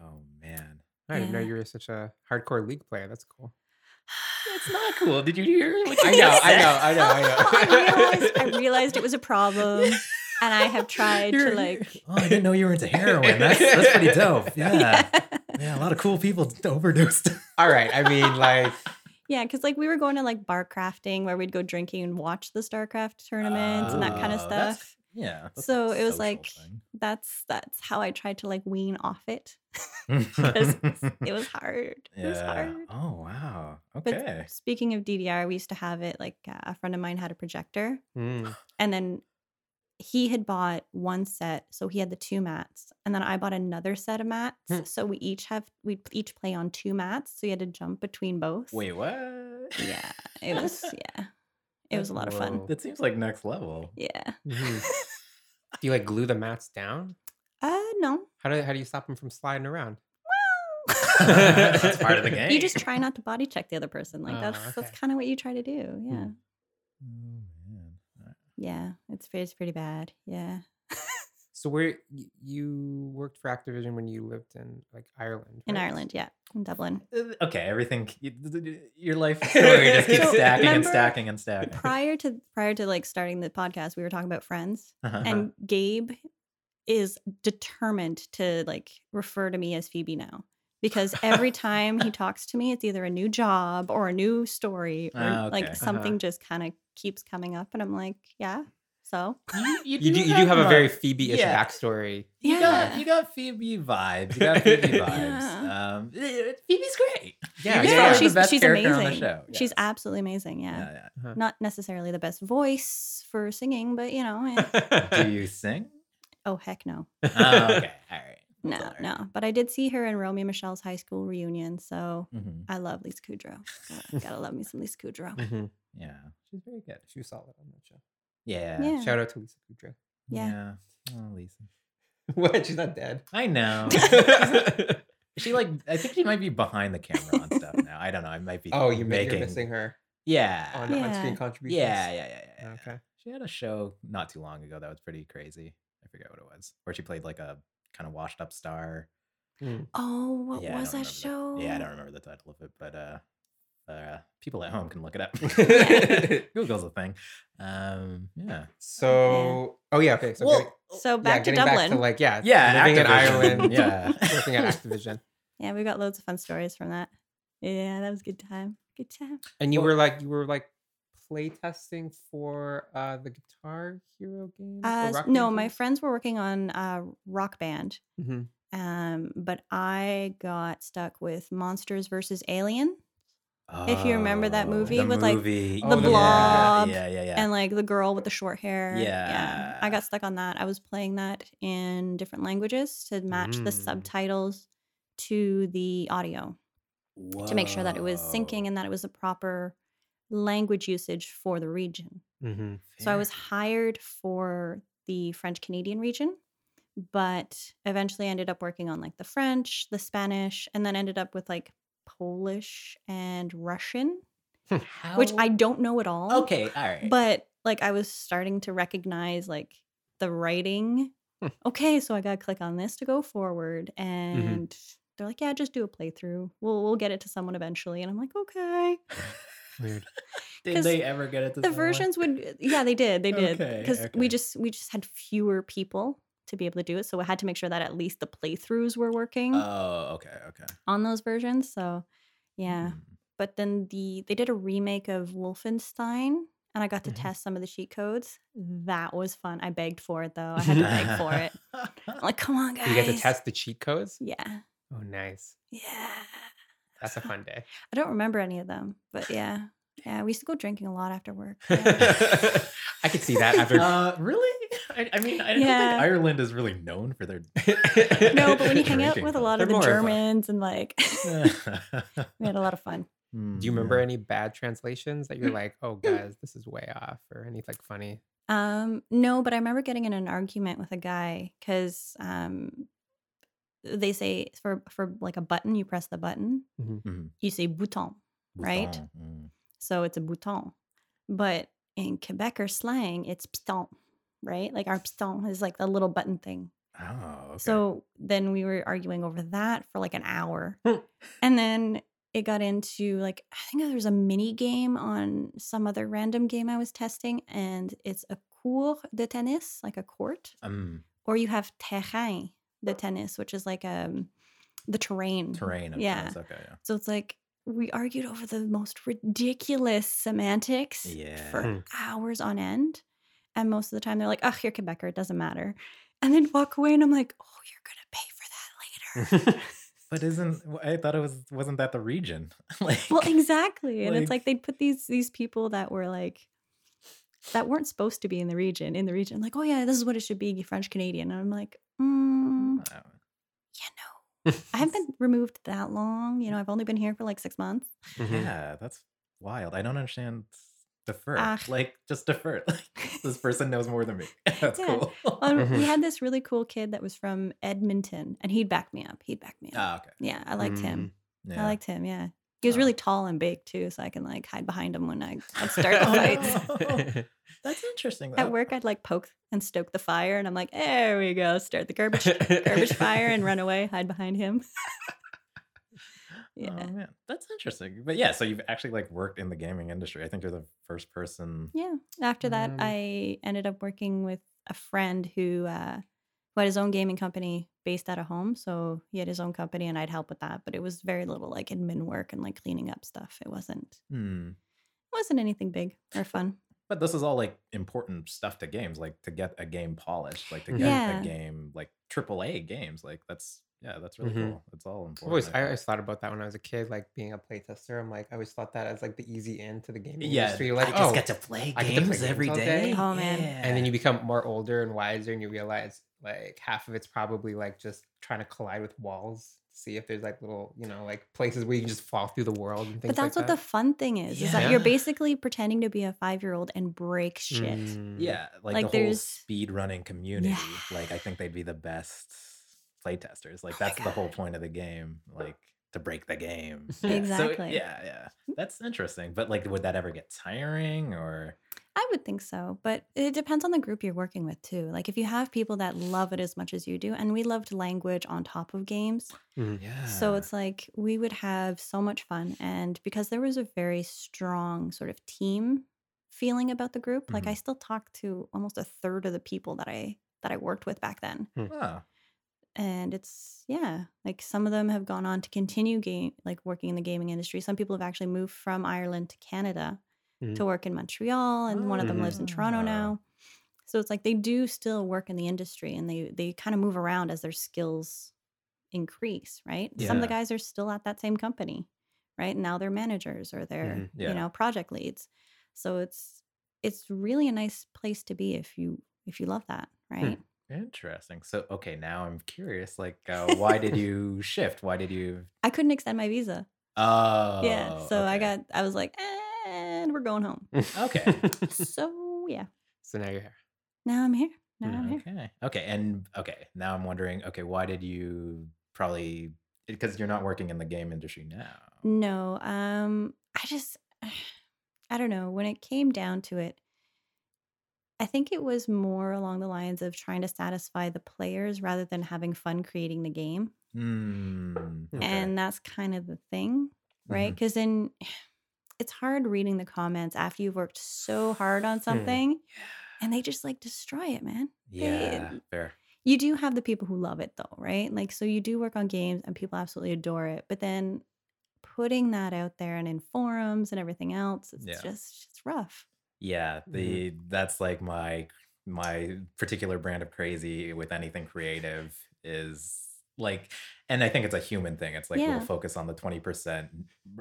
[SPEAKER 2] Oh man,
[SPEAKER 3] I didn't know
[SPEAKER 4] Yeah.
[SPEAKER 3] you were such a hardcore league player. That's cool.
[SPEAKER 2] that's not cool. Did you hear? What
[SPEAKER 3] I know, I know, I know, I know.
[SPEAKER 4] I realized I realized it was a problem, and I have tried to
[SPEAKER 2] You're-
[SPEAKER 4] like.
[SPEAKER 2] Oh, I didn't know you were into heroin. That's that's pretty dope. Yeah. yeah.
[SPEAKER 4] Yeah,
[SPEAKER 2] a lot of cool people overdosed.
[SPEAKER 3] All right. I mean, like,
[SPEAKER 4] because like we were going to like bar crafting where we'd go drinking and watch the StarCraft tournaments and that kind of
[SPEAKER 2] Oh,
[SPEAKER 4] stuff.
[SPEAKER 2] that's- Yeah. that's a
[SPEAKER 4] So it was
[SPEAKER 2] social
[SPEAKER 4] like-
[SPEAKER 2] thing.
[SPEAKER 4] That's that's how I tried to like wean off it. Because it was hard. It was hard.
[SPEAKER 2] Oh wow.
[SPEAKER 4] But
[SPEAKER 2] Okay.
[SPEAKER 4] speaking of DDR, we used to have it like uh, a friend of mine had a projector,
[SPEAKER 3] mm,
[SPEAKER 4] and then he had bought one set so he had the two mats and then i bought another set of mats
[SPEAKER 3] Hmm.
[SPEAKER 4] so we each have we each play on two mats so you had to jump between both
[SPEAKER 2] Wait, what?
[SPEAKER 4] yeah it was yeah it was a lot of fun
[SPEAKER 3] Whoa.
[SPEAKER 2] That seems like next level.
[SPEAKER 4] yeah
[SPEAKER 3] mhm. do you like glue the mats down?
[SPEAKER 4] uh no
[SPEAKER 3] How do how do you stop them from sliding around?
[SPEAKER 2] that's part of the game.
[SPEAKER 4] you just try not to body check the other person like
[SPEAKER 3] Oh,
[SPEAKER 4] that's
[SPEAKER 3] okay. Hmm.
[SPEAKER 4] that's kind of what you try to do yeah
[SPEAKER 2] Oh, man.
[SPEAKER 4] yeah it's, pre- it's pretty bad yeah
[SPEAKER 3] So where y- you worked for Activision when you lived in like Ireland?
[SPEAKER 4] in
[SPEAKER 3] right?
[SPEAKER 4] ireland yeah in dublin
[SPEAKER 2] Uh, Okay, everything. y- th- th- Your life story just keeps
[SPEAKER 4] So,
[SPEAKER 2] stacking and
[SPEAKER 4] remember-
[SPEAKER 2] stacking and stacking.
[SPEAKER 4] prior to prior to like starting the podcast we were talking about friends
[SPEAKER 2] Uh-huh.
[SPEAKER 4] and Gabe is determined to like refer to me as Phoebe now because every time he talks to me, it's either a new job or a new story or
[SPEAKER 2] Ah, okay.
[SPEAKER 4] like something just kind of keeps coming up, and I'm like, yeah. So
[SPEAKER 2] you,
[SPEAKER 3] You do, you do have a very Phoebe-ish
[SPEAKER 2] yeah.
[SPEAKER 3] backstory.
[SPEAKER 2] You got
[SPEAKER 4] Yeah.
[SPEAKER 2] you got Phoebe vibes. You got Phoebe vibes.
[SPEAKER 4] Yeah.
[SPEAKER 2] Um, eh, Phoebe's great. Phoebe's
[SPEAKER 3] Yeah, yeah,
[SPEAKER 2] probably
[SPEAKER 3] yeah.
[SPEAKER 2] the
[SPEAKER 4] she's
[SPEAKER 2] best
[SPEAKER 4] she's
[SPEAKER 2] character
[SPEAKER 4] amazing.
[SPEAKER 2] on the show,
[SPEAKER 4] She's
[SPEAKER 2] yes.
[SPEAKER 4] absolutely amazing. Yeah.
[SPEAKER 2] Yeah,
[SPEAKER 4] Not necessarily the best voice for singing, but you know, eh.
[SPEAKER 2] yeah. Do you sing?
[SPEAKER 4] oh heck no.
[SPEAKER 2] Oh, okay, all right.
[SPEAKER 4] No,
[SPEAKER 2] all right.
[SPEAKER 4] no. But I did see her in Romeo and Michelle's high school reunion, so
[SPEAKER 2] hmm
[SPEAKER 4] I love Lisa Kudrow. Gotta, gotta love me some Lisa Kudrow.
[SPEAKER 2] Mm.
[SPEAKER 3] Mhm.
[SPEAKER 2] Yeah.
[SPEAKER 3] She's very good. She was solid on that show.
[SPEAKER 2] Yeah.
[SPEAKER 4] Yeah.
[SPEAKER 3] Shout out to Lisa Kudrow.
[SPEAKER 4] Yeah.
[SPEAKER 2] Oh, Lisa.
[SPEAKER 3] what? She's not dead.
[SPEAKER 2] I know. she like I think she might be behind the camera on stuff now. I don't know. I might be.
[SPEAKER 3] oh, you
[SPEAKER 2] making.
[SPEAKER 3] are missing her
[SPEAKER 2] Yeah.
[SPEAKER 3] on on
[SPEAKER 4] Yeah.
[SPEAKER 3] screen contributions.
[SPEAKER 2] yeah. Yeah. Yeah. Yeah. yeah.
[SPEAKER 3] Okay.
[SPEAKER 2] She had a show not too long ago that was pretty crazy. I forget what it was. Where she played like a kind of washed up star.
[SPEAKER 4] Oh, what
[SPEAKER 2] Yeah, I
[SPEAKER 4] was
[SPEAKER 2] don't
[SPEAKER 4] that show?
[SPEAKER 2] remember the- yeah, I
[SPEAKER 4] Oh.
[SPEAKER 2] don't remember the title of it, but uh, uh people at home can look it up. Google's a thing. Um, yeah.
[SPEAKER 3] So, oh yeah, okay. So,
[SPEAKER 2] Well,
[SPEAKER 3] getting-
[SPEAKER 4] So
[SPEAKER 3] yeah,
[SPEAKER 4] back to
[SPEAKER 3] getting
[SPEAKER 4] Dublin.
[SPEAKER 3] back to like yeah,
[SPEAKER 2] Yeah,
[SPEAKER 3] living
[SPEAKER 2] Activision,
[SPEAKER 3] in Ireland,
[SPEAKER 2] yeah.
[SPEAKER 3] working at Activision,
[SPEAKER 4] yeah, we've got loads of fun stories from that. Yeah, that was a good time. Good time.
[SPEAKER 3] and you
[SPEAKER 2] Well-
[SPEAKER 3] were like you were like play testing for uh the Guitar Hero game. or
[SPEAKER 4] Uh,
[SPEAKER 3] Rock
[SPEAKER 4] no,
[SPEAKER 3] Band
[SPEAKER 4] my
[SPEAKER 3] games?
[SPEAKER 4] friends were working on uh, Rock Band,
[SPEAKER 3] Mhm.
[SPEAKER 4] um, but I got stuck with Monsters versus Alien. If you remember that
[SPEAKER 2] Oh,
[SPEAKER 4] movie
[SPEAKER 2] the
[SPEAKER 4] with, like,
[SPEAKER 2] movie.
[SPEAKER 3] the
[SPEAKER 2] yeah,
[SPEAKER 4] blob
[SPEAKER 2] Yeah, yeah, yeah.
[SPEAKER 4] and like the girl with the short hair. I
[SPEAKER 2] Yeah.
[SPEAKER 4] got stuck on that. I was playing that in different languages to match the
[SPEAKER 3] Mm.
[SPEAKER 4] subtitles to the audio to make sure that it was syncing
[SPEAKER 2] Whoa.
[SPEAKER 4] and that it was the proper language usage for the region.
[SPEAKER 3] Mhm.
[SPEAKER 4] So I
[SPEAKER 2] Fair.
[SPEAKER 4] was hired for the French Canadian region, but eventually I ended up working on like the French, the Spanish, and then ended up with like Polish and Russian, which
[SPEAKER 2] Oh.
[SPEAKER 4] I don't know at all.
[SPEAKER 2] Okay, all right.
[SPEAKER 4] But like I was starting to recognize like the writing.
[SPEAKER 3] Hmm.
[SPEAKER 4] okay, so I gotta click on this to go forward.
[SPEAKER 2] Mm-hmm.
[SPEAKER 4] And they're like, yeah, just do a playthrough. We'll we'll get it to someone eventually. And I'm like, okay.
[SPEAKER 3] Weird.
[SPEAKER 2] Did
[SPEAKER 4] 'cause
[SPEAKER 2] they ever get it to
[SPEAKER 4] the
[SPEAKER 2] someone?
[SPEAKER 4] versions would uh, yeah they did they did
[SPEAKER 2] Okay,
[SPEAKER 4] because we
[SPEAKER 2] okay.
[SPEAKER 4] just we just had fewer people to be able to do it so i had to make sure that at least the playthroughs were working
[SPEAKER 2] Oh, okay, okay.
[SPEAKER 4] on those versions so yeah
[SPEAKER 2] Hmm.
[SPEAKER 4] but then the they did a remake of wolfenstein and i got to
[SPEAKER 3] Mhm.
[SPEAKER 4] test some of the cheat codes that was fun i begged for it though i had to beg for it I'm like come on guys
[SPEAKER 3] You get to test the cheat codes.
[SPEAKER 4] yeah
[SPEAKER 3] Oh, nice.
[SPEAKER 4] yeah
[SPEAKER 3] That's a fun day.
[SPEAKER 4] i don't remember any of them but yeah yeah we used to go drinking a lot after work yeah.
[SPEAKER 3] I could see that after.
[SPEAKER 2] uh, really? I, I mean, I don't
[SPEAKER 4] Yeah.
[SPEAKER 2] think Ireland is really known for their.
[SPEAKER 4] no but when you hang out
[SPEAKER 2] Drinking
[SPEAKER 4] with a
[SPEAKER 2] culture.
[SPEAKER 4] lot of
[SPEAKER 3] They're
[SPEAKER 4] the
[SPEAKER 3] more of a-
[SPEAKER 4] germans and like We had a lot of fun.
[SPEAKER 2] Hmm.
[SPEAKER 3] Do you remember any bad translations that you're like, oh, guys, this is way off, or any like funny?
[SPEAKER 4] Um, no, but I remember getting in an argument with a guy because um, they say for for like a button, you press the button.
[SPEAKER 2] Mhm.
[SPEAKER 4] You say bouton, right?
[SPEAKER 2] Bouton, mm.
[SPEAKER 4] so it's a bouton. But in Quebecer slang, it's piston, right? Like our piston is like the little button thing.
[SPEAKER 2] Oh, okay.
[SPEAKER 4] So then we were arguing over that for like an hour.
[SPEAKER 2] Hmm.
[SPEAKER 4] and then it got into like, I think there was a mini game on some other random game I was testing, and it's a cour de tennis, like a court,
[SPEAKER 2] um,
[SPEAKER 4] or you have terrain de tennis, which is like um the terrain.
[SPEAKER 2] terrain. Of
[SPEAKER 4] Yeah.
[SPEAKER 2] yeah. Okay. Yeah.
[SPEAKER 4] So it's like we argued over the most ridiculous semantics
[SPEAKER 2] Yeah.
[SPEAKER 4] for hours on end. And most of the time they're like, oh, you're Quebecer, it doesn't matter. And then walk away and I'm like, oh, you're gonna pay for that later.
[SPEAKER 2] But isn't I thought it was wasn't that the region? like,
[SPEAKER 4] well, exactly. And it's
[SPEAKER 2] Like-
[SPEAKER 4] like they'd put these these people that were like that weren't supposed to be in the region, in the region, like, oh yeah, this is what it should be, French Canadian. And I'm like, mm,
[SPEAKER 2] I don't know.
[SPEAKER 4] yeah, no. I haven't been removed that long. You know, I've only been here for like six months.
[SPEAKER 3] Mm-hmm.
[SPEAKER 2] Yeah, that's wild. I don't understand. Defer.
[SPEAKER 4] Ah.
[SPEAKER 2] Like, just defer. Like, this person knows more than me. that's
[SPEAKER 4] Yeah.
[SPEAKER 2] cool.
[SPEAKER 4] Um,
[SPEAKER 2] Mm-hmm.
[SPEAKER 4] We
[SPEAKER 3] Mhm.
[SPEAKER 4] had this really cool kid that was from Edmonton, and he'd back me up. He'd back me up.
[SPEAKER 2] Ah, okay.
[SPEAKER 4] yeah, I liked him.
[SPEAKER 2] Yeah.
[SPEAKER 4] I liked him. Yeah, he was
[SPEAKER 2] Oh.
[SPEAKER 4] really tall and big too, so I can like hide behind him when I I'd
[SPEAKER 3] Mm-hmm.
[SPEAKER 4] start the fights.
[SPEAKER 2] that's interesting.
[SPEAKER 4] At work, I'd like poke and stoke the fire, and I'm like, there we go, start the garbage garbage fire and run away, hide behind him. yeah,
[SPEAKER 2] Oh man, that's interesting. But yeah, so you've actually like worked in the gaming industry. I think you're the first person.
[SPEAKER 4] yeah. After that,
[SPEAKER 3] Um,
[SPEAKER 4] I ended up working with a friend who uh, who had his own gaming company based out of home, so he had his own company, and I'd help with that. But it was very little like admin work and like cleaning up stuff. It wasn't
[SPEAKER 2] Hmm.
[SPEAKER 4] wasn't anything big or fun.
[SPEAKER 2] But this is all like important stuff to games, like to get a game polished, like to get
[SPEAKER 4] Yeah.
[SPEAKER 2] a game like AAA games. Like that's Yeah, that's really
[SPEAKER 3] Mhm.
[SPEAKER 2] cool. That's all important.
[SPEAKER 3] I've always,
[SPEAKER 2] think.
[SPEAKER 3] I always thought about that when I was a kid, like being a playtester. I'm like, I always thought that as like the easy end to the gaming
[SPEAKER 2] yeah,
[SPEAKER 3] industry. Like,
[SPEAKER 2] I just
[SPEAKER 3] oh,
[SPEAKER 2] get to play
[SPEAKER 3] I get to play
[SPEAKER 2] games
[SPEAKER 3] games
[SPEAKER 2] every
[SPEAKER 3] all
[SPEAKER 2] day.
[SPEAKER 3] day.
[SPEAKER 4] Oh, man.
[SPEAKER 3] and then you become more older and wiser, and you realize like half of it's probably like just trying to collide with walls, see if there's like little, you know, like places where you can just fall through the world and things.
[SPEAKER 4] But that's
[SPEAKER 3] like
[SPEAKER 4] what the
[SPEAKER 3] that.
[SPEAKER 4] fun thing is, is that
[SPEAKER 3] Yeah.
[SPEAKER 4] you're basically pretending to be a five year old and break shit.
[SPEAKER 3] Mm.
[SPEAKER 2] yeah, like,
[SPEAKER 4] Mm-hmm. Like,
[SPEAKER 2] the whole
[SPEAKER 4] there's-
[SPEAKER 2] speed running community.
[SPEAKER 4] Yeah.
[SPEAKER 2] Like I think they'd be the best playtesters. Like
[SPEAKER 4] Oh my
[SPEAKER 2] that's the whole
[SPEAKER 4] God.
[SPEAKER 2] point of the game. Like to break the game.
[SPEAKER 3] Yeah.
[SPEAKER 2] So,
[SPEAKER 4] Exactly.
[SPEAKER 2] yeah, yeah. That's interesting. But like would that ever get tiring or
[SPEAKER 4] I would think so, but it depends on the group you're working with too. Like if you have people that love it as much as you do, and we loved language on top of games,
[SPEAKER 2] yeah.
[SPEAKER 3] Ah.
[SPEAKER 4] so it's like we would have so much fun. And because there was a very strong sort of team feeling about the group, like
[SPEAKER 3] Mm-hmm.
[SPEAKER 4] I still talk to almost a third of the people that I that I worked with back then.
[SPEAKER 2] oh,
[SPEAKER 4] and it's yeah like some of them have gone on to continue game like working in the gaming industry some people have actually moved from ireland to canada to
[SPEAKER 2] Mm-hmm.
[SPEAKER 3] Mhm.
[SPEAKER 4] work in montreal and one of them lives in toronto
[SPEAKER 2] Ah.
[SPEAKER 4] now so it's like they do still work in the industry and they they kind of move around as their skills increase right some of the
[SPEAKER 2] Yeah.
[SPEAKER 4] guys are still at that same company right now they're managers or they're
[SPEAKER 3] Mhm.
[SPEAKER 2] Mm-hmm. Yeah.
[SPEAKER 4] you know project leads so it's it's really a nice place to be if you if you love that
[SPEAKER 2] Hmm.
[SPEAKER 4] right
[SPEAKER 2] interesting. So okay, now I'm curious. Like, uh, why did you shift? Why did you?
[SPEAKER 4] i couldn't extend my visa
[SPEAKER 2] Oh,
[SPEAKER 4] yeah so i
[SPEAKER 2] okay.
[SPEAKER 4] got i was like and we're going home
[SPEAKER 2] Okay.
[SPEAKER 4] so yeah
[SPEAKER 3] so now you're here.
[SPEAKER 4] now i'm here now
[SPEAKER 3] Mm,
[SPEAKER 4] i'm here
[SPEAKER 2] Okay. Okay. And okay, now I'm wondering. Okay, why did you probably? Because you're not working in the game industry now.
[SPEAKER 4] no um i just i don't know when it came down to it i think it was more along the lines of trying to satisfy the players rather than having fun creating the game
[SPEAKER 2] Hmm. okay. Mm-hmm.
[SPEAKER 4] and that's kind of the thing right because then it's hard reading the comments after you've worked so hard
[SPEAKER 2] Hmm.
[SPEAKER 4] on something and they just like destroy it man
[SPEAKER 2] Mm-hmm. yeah,
[SPEAKER 4] it-
[SPEAKER 2] fair.
[SPEAKER 4] you do have the people who love it though, right? Like so you do work on games and people absolutely adore it, but then putting that out there and in forums and everything else, it's
[SPEAKER 2] Yeah.
[SPEAKER 4] just it's rough.
[SPEAKER 2] Yeah,
[SPEAKER 3] Mhm.
[SPEAKER 2] the that's like my my particular brand of crazy with anything creative is like and I think it's a human thing. It's like
[SPEAKER 4] Yeah.
[SPEAKER 2] we'll focus on the 20%,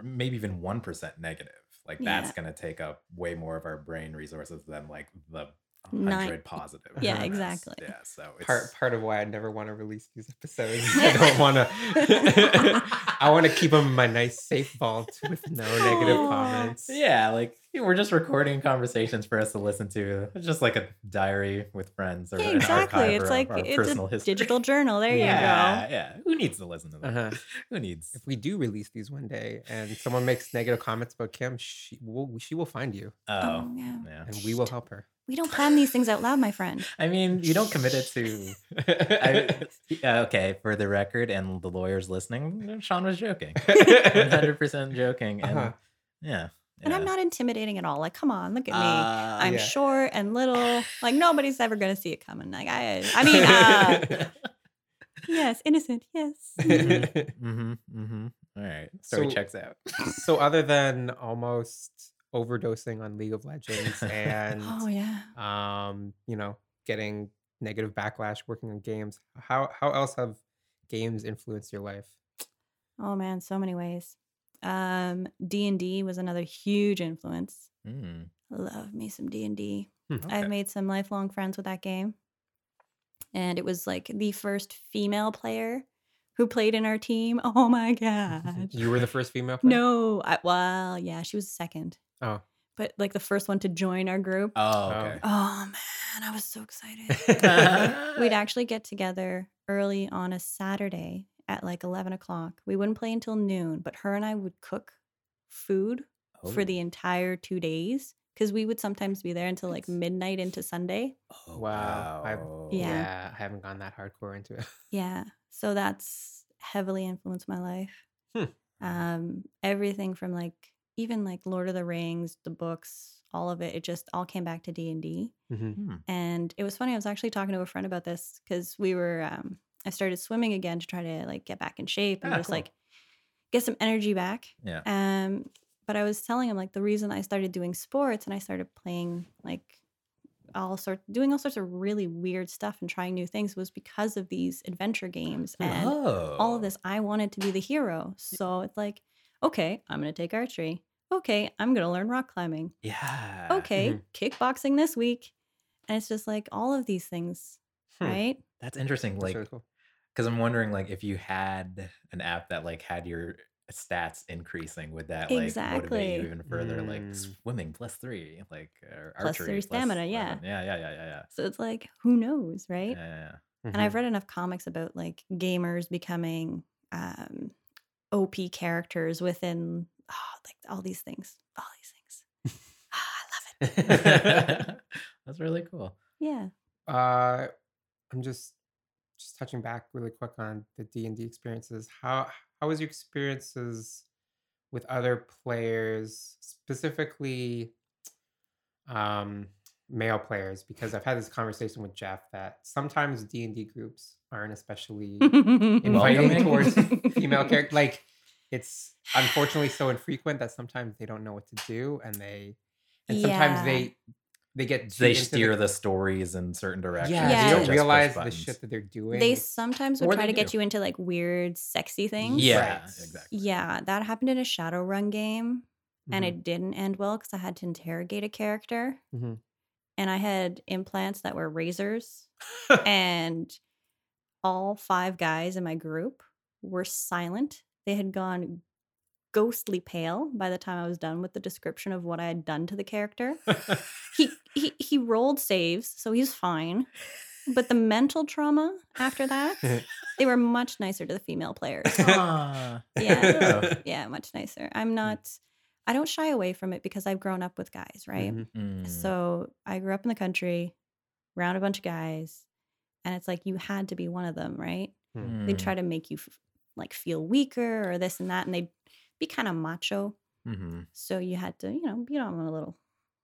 [SPEAKER 2] maybe even 1% negative. Like that's
[SPEAKER 4] Yeah.
[SPEAKER 2] going to take up way more of our brain resources than like the
[SPEAKER 4] Nine-
[SPEAKER 2] 100 positive.
[SPEAKER 4] yeah,
[SPEAKER 2] comments.
[SPEAKER 4] exactly.
[SPEAKER 2] Yeah, so it's
[SPEAKER 3] part part of why I never want to release these episodes. is I don't want to. I want to keep them in my nice safe vault with no negative
[SPEAKER 4] Aw.
[SPEAKER 3] comments.
[SPEAKER 2] yeah, like we're just recording conversations for us to listen to. It's just like a diary with friends or
[SPEAKER 4] Yeah,
[SPEAKER 2] an
[SPEAKER 4] exactly.
[SPEAKER 2] archive
[SPEAKER 4] It's
[SPEAKER 2] of
[SPEAKER 4] like
[SPEAKER 2] our
[SPEAKER 4] it's
[SPEAKER 2] personal
[SPEAKER 4] a
[SPEAKER 2] history.
[SPEAKER 4] digital journal. There
[SPEAKER 2] yeah,
[SPEAKER 4] you go.
[SPEAKER 2] Yeah, who needs to listen to that?
[SPEAKER 3] Uh-huh.
[SPEAKER 2] Who needs?
[SPEAKER 3] If we do release these one day, and someone makes negative comments about Kim, she will she will find you,
[SPEAKER 2] Oh,
[SPEAKER 4] Oh, yeah.
[SPEAKER 2] yeah.
[SPEAKER 3] and we will help her.
[SPEAKER 4] We don't plan these things out loud, my friend.
[SPEAKER 2] I mean, you don't commit it to. I, yeah, okay, for the record, and the lawyers listening, Sean was joking, one hundred percent joking, and
[SPEAKER 3] Uh-huh.
[SPEAKER 2] yeah,
[SPEAKER 4] And I'm
[SPEAKER 2] yeah.
[SPEAKER 4] not intimidating at all. Like, come on, look at me.
[SPEAKER 2] Uh,
[SPEAKER 4] I'm
[SPEAKER 3] yeah.
[SPEAKER 4] short and little. Like nobody's ever gonna see it coming. Like I, I mean, uh, yes, innocent, yes.
[SPEAKER 2] mm-hmm, mm-hmm. All right, story
[SPEAKER 3] So-
[SPEAKER 2] checks out.
[SPEAKER 3] so, other than almost overdosing on League of Legends and
[SPEAKER 4] Oh yeah.
[SPEAKER 3] um, you know, getting negative backlash working on games. How how else have games influenced your life?
[SPEAKER 4] Oh man, so many ways. Um, D and D was another huge influence.
[SPEAKER 2] Mm,
[SPEAKER 4] Love me some D and D.
[SPEAKER 3] Hmm,
[SPEAKER 4] I've
[SPEAKER 2] okay.
[SPEAKER 4] made some lifelong friends with that game, and it was like the first female player who played in our team. Oh my god!
[SPEAKER 3] You were the first female player?
[SPEAKER 4] no, I, well, yeah, she was second.
[SPEAKER 3] Oh.
[SPEAKER 4] but like the first one to join our group. Oh,
[SPEAKER 2] Oh,
[SPEAKER 3] Oh.
[SPEAKER 2] okay.
[SPEAKER 4] man, I was so excited. We'd actually get together early on a Saturday at like 11 o'clock. We wouldn't play until noon, but her and I would cook food for
[SPEAKER 2] Oh,
[SPEAKER 4] the entire two days because we would sometimes be there until like midnight into Sunday.
[SPEAKER 2] oh,
[SPEAKER 3] Wow, I've-
[SPEAKER 2] wow.
[SPEAKER 4] Yeah.
[SPEAKER 3] I haven't gone that hardcore into it.
[SPEAKER 4] Yeah. So that's heavily influenced my life.
[SPEAKER 3] Hmm.
[SPEAKER 4] Um, everything from like even like Lord of the Rings, the books, all of it, it just all came back to D&D.
[SPEAKER 3] Mhm.
[SPEAKER 2] Hmm.
[SPEAKER 4] and it was funny i was actually talking to a friend about this because we were um i started swimming again to try to like get back in shape and
[SPEAKER 2] Ah,
[SPEAKER 4] just
[SPEAKER 2] cool.
[SPEAKER 4] like get some energy back
[SPEAKER 2] Yeah.
[SPEAKER 4] um but i was telling him like the reason i started doing sports and i started playing like all sorts doing all sorts of really weird stuff and trying new things was because of these adventure games and
[SPEAKER 2] oh.
[SPEAKER 4] all of this i wanted to be the hero so it's like okay i'm going to take archery okay i'm going to learn rock climbing
[SPEAKER 2] Yeah.
[SPEAKER 3] Mm-hmm.
[SPEAKER 4] okay kickboxing this week and it's just like all of these things
[SPEAKER 3] Hmm.
[SPEAKER 4] right
[SPEAKER 2] That's interesting.
[SPEAKER 3] That's
[SPEAKER 2] Like,
[SPEAKER 3] really cool.
[SPEAKER 2] because I'm wondering, like, if you had an app that like had your stats increasing, would that like motivate
[SPEAKER 4] Exactly.
[SPEAKER 2] you even further? Like
[SPEAKER 3] Mm.
[SPEAKER 2] swimming plus three, like or
[SPEAKER 4] Plus
[SPEAKER 2] archery
[SPEAKER 4] your stamina, yeah.
[SPEAKER 2] weapon. yeah, yeah, yeah, yeah, yeah.
[SPEAKER 4] so it's like who knows right
[SPEAKER 2] Yeah, yeah, yeah.
[SPEAKER 4] and
[SPEAKER 3] Mm-hmm.
[SPEAKER 4] I've read enough comics about like gamers becoming um, OP characters within oh, like all these things, all these things. Ah, I
[SPEAKER 2] That's really cool.
[SPEAKER 4] love it.
[SPEAKER 3] uh i'm just just touching back really quick on the d&d experiences how how was your experiences with other players specifically um male players because i've had this conversation with jeff that sometimes d&d groups aren't especially
[SPEAKER 4] Yeah.
[SPEAKER 3] inviting
[SPEAKER 2] Welcoming.
[SPEAKER 3] towards female character like it's unfortunately so infrequent that sometimes they don't know what to do and they and sometimes
[SPEAKER 4] Yeah.
[SPEAKER 3] they they get too
[SPEAKER 2] They
[SPEAKER 3] into
[SPEAKER 2] steer the, stories in certain directions.
[SPEAKER 3] yeah,
[SPEAKER 4] Yeah.
[SPEAKER 2] so
[SPEAKER 3] they
[SPEAKER 2] just
[SPEAKER 3] don't
[SPEAKER 2] push
[SPEAKER 3] realize the
[SPEAKER 2] buttons.
[SPEAKER 3] shit that they're doing.
[SPEAKER 4] They sometimes would
[SPEAKER 2] Or
[SPEAKER 4] try
[SPEAKER 2] they
[SPEAKER 4] to get
[SPEAKER 2] do.
[SPEAKER 4] you into like weird, sexy things.
[SPEAKER 2] Yeah,
[SPEAKER 3] Right.
[SPEAKER 2] exactly.
[SPEAKER 4] Yeah, that happened in a Shadowrun game, and
[SPEAKER 3] Mhm.
[SPEAKER 4] it didn't end well because I had to interrogate a character,
[SPEAKER 3] Mhm.
[SPEAKER 4] and I had implants that were razors, and all five guys in my group were silent. They had gone ghostly pale by the time I was done with the description of what I had done to the character.
[SPEAKER 3] Mm-hmm.
[SPEAKER 4] he, he he rolled saves, so he's fine. But the mental trauma after that, they were much nicer to the female players.
[SPEAKER 2] Ah,
[SPEAKER 4] Yeah.
[SPEAKER 2] Yeah.
[SPEAKER 4] Yeah, much nicer.
[SPEAKER 2] Mm.
[SPEAKER 4] I'm not I don't shy away from it because I've grown up with guys, right?
[SPEAKER 3] Mhm.
[SPEAKER 2] mm,
[SPEAKER 4] So I grew up in the country, around a bunch of guys, and it's like you had to be one of them, right? They'd
[SPEAKER 2] mm,
[SPEAKER 4] try to make you f- like feel weaker or this and that, and they'd be kind of macho.
[SPEAKER 2] mhm.
[SPEAKER 4] So you had to, you know, beat them a little.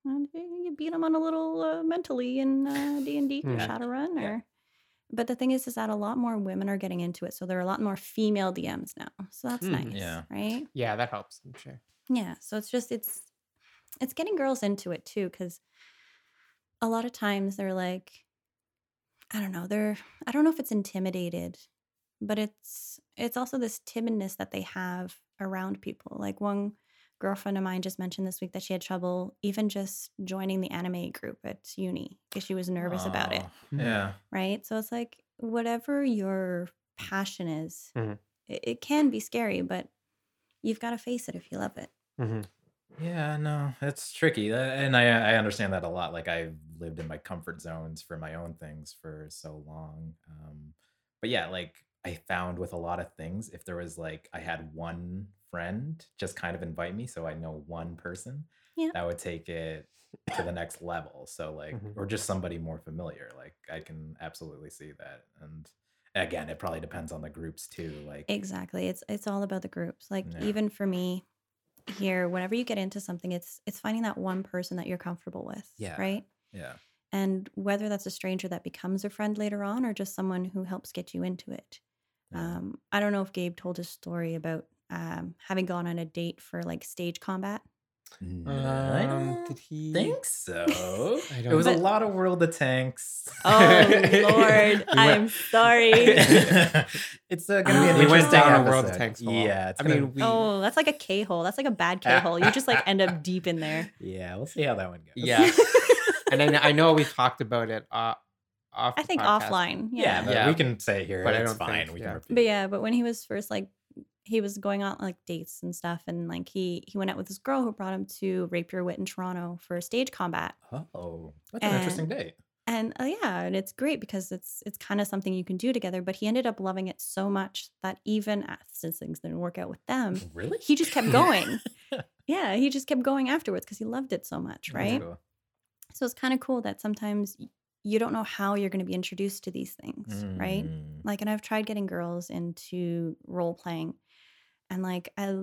[SPEAKER 4] and You beat them on a little uh, mentally in uh, D and D or
[SPEAKER 3] Yeah.
[SPEAKER 4] Shadowrun,
[SPEAKER 2] Yeah.
[SPEAKER 4] or. But the thing is, is that a lot more women are getting into it, so there are a lot more female DMs now. So that's
[SPEAKER 3] Mm,
[SPEAKER 4] nice,
[SPEAKER 2] yeah.
[SPEAKER 4] right?
[SPEAKER 3] Yeah, that helps. I'm sure.
[SPEAKER 4] Yeah. So it's just it's it's getting girls into it too, because a lot of times they're like, I don't know, they're I don't know if it's intimidated, but it's it's also this timidness that they have around people. Like one girlfriend of mine just mentioned this week that she had trouble even just joining the anime group at uni because she was nervous about it.
[SPEAKER 2] Ah, Yeah.
[SPEAKER 4] Right. So it's like whatever your passion is,
[SPEAKER 3] Mhm.
[SPEAKER 4] it, it can be scary, but you've got to face it if you love it.
[SPEAKER 2] Mm-hmm. Yeah, no, it's tricky, uh, and I I understand that a lot. Like I've lived in my comfort zones for my own things for so long, um, but yeah, like I found with a lot of things, if there was like I had one friend just kind of invite me, so I know one person,
[SPEAKER 4] Yeah.
[SPEAKER 2] that would take it to the next level. So like,
[SPEAKER 3] Mhm.
[SPEAKER 2] or just somebody more familiar. Like I can absolutely see that, and again, it probably depends on the groups too. Like,
[SPEAKER 4] Exactly. It's it's all about the groups. Like
[SPEAKER 2] Yeah.
[SPEAKER 4] even for me here, whenever you get into something, it's it's finding that one person that you're comfortable with.
[SPEAKER 2] Yeah.
[SPEAKER 4] Right.
[SPEAKER 2] yeah,
[SPEAKER 4] And whether that's a stranger that becomes a friend later on or just someone who helps get you into it.
[SPEAKER 2] yeah.
[SPEAKER 4] Um, I don't know if Gabe told his story about um, having gone on a date for like stage combat.
[SPEAKER 2] No, I
[SPEAKER 3] Um,
[SPEAKER 2] don't
[SPEAKER 3] did he?
[SPEAKER 2] think so.
[SPEAKER 3] I
[SPEAKER 2] It was a
[SPEAKER 4] But- Oh,
[SPEAKER 2] lot of World of Tanks. Oh,
[SPEAKER 3] We I'm
[SPEAKER 4] sorry.
[SPEAKER 2] it's uh, gonna be an
[SPEAKER 4] We went
[SPEAKER 2] interesting
[SPEAKER 3] down a World of
[SPEAKER 2] episode.
[SPEAKER 3] Tanks hole.
[SPEAKER 2] Yeah, it's
[SPEAKER 3] I
[SPEAKER 2] gonna,
[SPEAKER 3] mean, we.
[SPEAKER 4] oh, that's like a K hole. That's like a bad K hole. You just like end up deep in there.
[SPEAKER 2] yeah, we'll see how that one goes.
[SPEAKER 3] Yeah, and I, kn- I know we talked about it uh, off.
[SPEAKER 4] I
[SPEAKER 3] the
[SPEAKER 4] think
[SPEAKER 3] podcast.
[SPEAKER 4] offline.
[SPEAKER 2] yeah, but
[SPEAKER 3] Yeah.
[SPEAKER 2] we can say it here.
[SPEAKER 3] But I
[SPEAKER 2] it's
[SPEAKER 3] don't
[SPEAKER 2] fine.
[SPEAKER 3] think-
[SPEAKER 2] we
[SPEAKER 3] yeah.
[SPEAKER 2] can repeat.
[SPEAKER 4] But yeah, but when he was first like he was going on like dates and stuff and like he he went out with this girl who brought him to Rapier Wit in Toronto for a stage combat.
[SPEAKER 2] Oh, that's an interesting date.
[SPEAKER 4] And uh, yeah, and it's great because it's it's kind of something you can do together, but he ended up loving it so much that even a- since things didn't work out with them,
[SPEAKER 2] Really?
[SPEAKER 4] um, he just kept going. yeah, he just kept going afterwards because he loved it so much,
[SPEAKER 2] That's
[SPEAKER 4] right?
[SPEAKER 2] cool.
[SPEAKER 4] So it's kind of cool that sometimes y- you don't know how you're going to be introduced to these things, right?
[SPEAKER 2] Mm.
[SPEAKER 4] like and i've tried getting girls into role playing and like i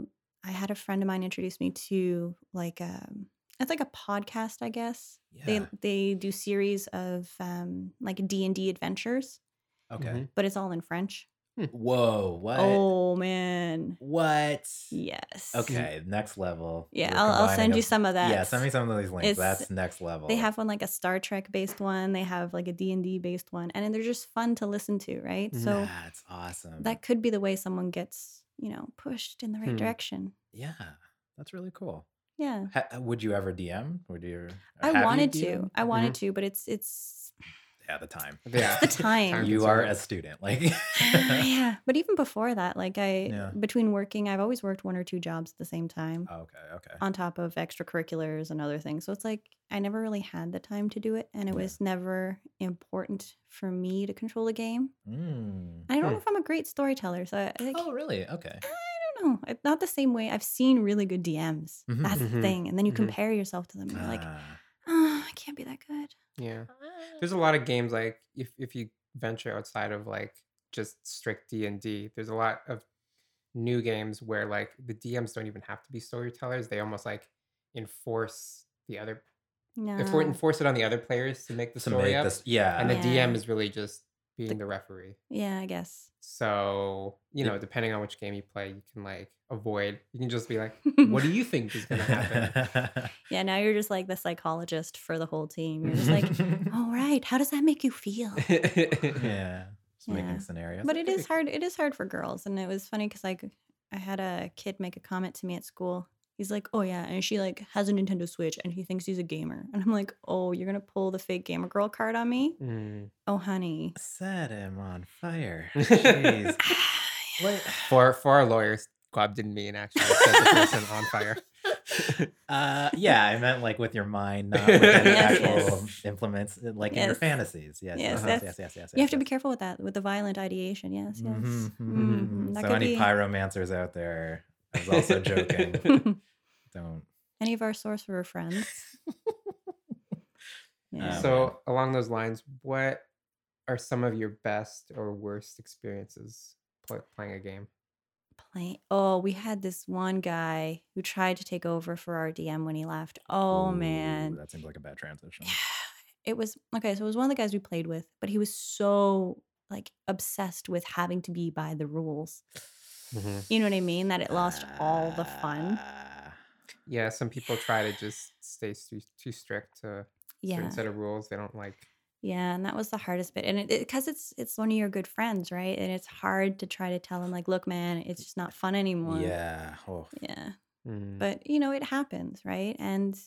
[SPEAKER 4] i had a friend of mine introduce me to like um it's like a podcast i guess
[SPEAKER 2] Yeah.
[SPEAKER 4] they they do series of um like d&d adventures
[SPEAKER 2] okay.
[SPEAKER 4] Mm-hmm.
[SPEAKER 3] Mhm.
[SPEAKER 4] but it's all in french
[SPEAKER 2] Whoa. What?
[SPEAKER 4] oh man one.
[SPEAKER 2] What?
[SPEAKER 4] Yes.
[SPEAKER 2] Okay, next level.
[SPEAKER 4] Yeah,
[SPEAKER 2] We're
[SPEAKER 4] I'll, I'll
[SPEAKER 2] combining
[SPEAKER 4] send you
[SPEAKER 2] a-
[SPEAKER 4] some of that.
[SPEAKER 2] Yeah, send me some of these links.
[SPEAKER 4] It's-
[SPEAKER 2] That's next level.
[SPEAKER 4] They have one like a Star Trek based one. They have like a D and D based one, and then they're just fun to listen to, right?
[SPEAKER 3] Mhm.
[SPEAKER 4] So
[SPEAKER 2] That's awesome.
[SPEAKER 4] that could be the way someone gets, you know, pushed in the right
[SPEAKER 3] Hmm.
[SPEAKER 4] direction.
[SPEAKER 2] yeah, that's really cool.
[SPEAKER 4] Yeah.
[SPEAKER 2] Ha- uh, would you ever DM? Would you? or have
[SPEAKER 4] I
[SPEAKER 2] you Mm-hmm.
[SPEAKER 4] wanted
[SPEAKER 2] DM?
[SPEAKER 4] to. I wanted to, but it's it's
[SPEAKER 2] Yeah, the time.
[SPEAKER 3] Yeah.
[SPEAKER 4] the time.
[SPEAKER 2] You are a
[SPEAKER 3] consuming.
[SPEAKER 2] student, like.
[SPEAKER 4] yeah. But even before that, like I
[SPEAKER 2] Yeah. Oh,
[SPEAKER 4] between working, I've always worked one or two jobs at the same time.
[SPEAKER 2] okay. Okay.
[SPEAKER 4] on top of extracurriculars and other things. So it's like I never really had the time to do it, and it
[SPEAKER 2] Yeah.
[SPEAKER 4] was never important for me to control the game.
[SPEAKER 2] Mm.
[SPEAKER 4] I don't
[SPEAKER 3] Hmm.
[SPEAKER 4] know if I'm a great storyteller, so I, I, think-
[SPEAKER 2] Oh, really? Okay.
[SPEAKER 4] I don't know. I- Not the same way. I've seen really good DMs.
[SPEAKER 2] Mhm.
[SPEAKER 4] That's the
[SPEAKER 3] Mhm.
[SPEAKER 4] thing, and then you
[SPEAKER 2] mm-hmm.
[SPEAKER 3] Mhm.
[SPEAKER 4] compare yourself to them, and you're like,
[SPEAKER 2] Ah,
[SPEAKER 4] oh, I can't be that good.
[SPEAKER 3] Yeah. There's a lot of games like if if you venture outside of like just strict D and D, there's a lot of new games where like the DMs don't even have to be storytellers. They almost like enforce the other
[SPEAKER 4] No.
[SPEAKER 3] enfor- enforce it on the other players to make the
[SPEAKER 2] to
[SPEAKER 3] story
[SPEAKER 2] make
[SPEAKER 3] up,
[SPEAKER 2] this, yeah.
[SPEAKER 3] and the
[SPEAKER 4] Uh. Yeah.
[SPEAKER 3] DM is really just being
[SPEAKER 4] The-
[SPEAKER 3] the referee.
[SPEAKER 4] yeah, I guess.
[SPEAKER 3] So you
[SPEAKER 2] Yeah.
[SPEAKER 3] know, depending on which game you play, you can like avoid. You can just be like, "What do you think is going to happen?"
[SPEAKER 4] yeah, now you're just like the psychologist for the whole team. You're just like, all right, how does that make you feel?
[SPEAKER 2] yeah. Just
[SPEAKER 4] Yeah.
[SPEAKER 2] making scenarios.
[SPEAKER 4] but it
[SPEAKER 2] That's
[SPEAKER 4] is
[SPEAKER 2] pretty
[SPEAKER 4] hard it is hard for girls and it was funny because like i had a kid make a comment to me at school he's like oh yeah and she like has a nintendo switch and he thinks he's a gamer and i'm like oh you're gonna pull the fake gamer girl card on me
[SPEAKER 3] Mm.
[SPEAKER 4] oh honey
[SPEAKER 2] cool. Set him on fire. Jeez. What-
[SPEAKER 3] For for our lawyers, Quab didn't mean actually set the person on fire.
[SPEAKER 2] Uh, yeah, I meant like with your mind, not with any
[SPEAKER 4] Yes,
[SPEAKER 2] actual
[SPEAKER 4] yes.
[SPEAKER 2] implements, like in your
[SPEAKER 4] Yes.
[SPEAKER 2] fantasies. Yes,
[SPEAKER 4] Yes,
[SPEAKER 2] yes, yes,
[SPEAKER 4] that's-
[SPEAKER 2] yes, yes. yes
[SPEAKER 4] you have to be
[SPEAKER 2] yes.
[SPEAKER 4] careful with that with the violent ideation yes yes
[SPEAKER 2] Mhm, mhm,
[SPEAKER 4] Mhm.
[SPEAKER 2] mhm.
[SPEAKER 4] That
[SPEAKER 2] So
[SPEAKER 4] could
[SPEAKER 2] any
[SPEAKER 4] be-
[SPEAKER 2] pyromancers out there, I was also joking. Don't.
[SPEAKER 4] any of our sorcerer friends yeah.
[SPEAKER 2] Um,
[SPEAKER 3] so along those lines, what are some of your best or worst experiences pl- playing a game?
[SPEAKER 4] play. Oh, we had this one guy who tried to take over for our DM when he left. Oh
[SPEAKER 2] Ooh,
[SPEAKER 4] man.
[SPEAKER 2] that seems like a bad transition.
[SPEAKER 4] It was okay, so it was one of the guys we played with, but he was so like obsessed with having to be by the rules.
[SPEAKER 2] Mm-hmm.
[SPEAKER 4] You know what I mean? That it lost all the fun.
[SPEAKER 2] Ah.
[SPEAKER 3] Yeah, some people try to just stay too, too strict to
[SPEAKER 4] Yeah.
[SPEAKER 3] certain set of rules. They don't like.
[SPEAKER 4] Yeah, and that was the hardest bit. And it, it cuz it's it's one of your good friends, right? And it's hard to try to tell him like, "Look, man, it's just not fun anymore."
[SPEAKER 2] Yeah. Oh,
[SPEAKER 4] Yeah.
[SPEAKER 3] Mm.
[SPEAKER 4] but you know it happens right and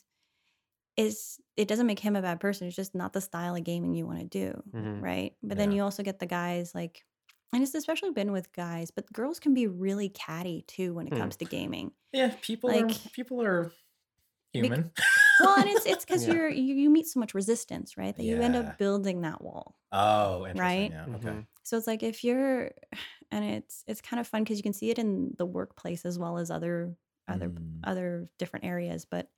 [SPEAKER 4] it's it doesn't make him a bad person it's just not the style of gaming you want to do
[SPEAKER 3] Mhm.
[SPEAKER 4] right but then
[SPEAKER 2] Yeah.
[SPEAKER 4] you also get the guys like and it's especially been with guys but girls can be really catty too when it
[SPEAKER 3] Hmm.
[SPEAKER 4] comes to gaming
[SPEAKER 2] yeah. People are
[SPEAKER 4] Like-
[SPEAKER 2] people are
[SPEAKER 4] Bec-
[SPEAKER 2] human.
[SPEAKER 4] well and it's it's because
[SPEAKER 3] Yeah.
[SPEAKER 4] you're you, you meet so much resistance right that you end
[SPEAKER 2] Yeah.
[SPEAKER 4] up building that wall
[SPEAKER 2] oh, interesting.
[SPEAKER 4] right?
[SPEAKER 2] Yeah. Okay.
[SPEAKER 3] Mhm.
[SPEAKER 4] so it's like if you're and it's it's kind of fun because you can see it in the workplace as well as other other uh,
[SPEAKER 2] Mm.
[SPEAKER 4] other different areas but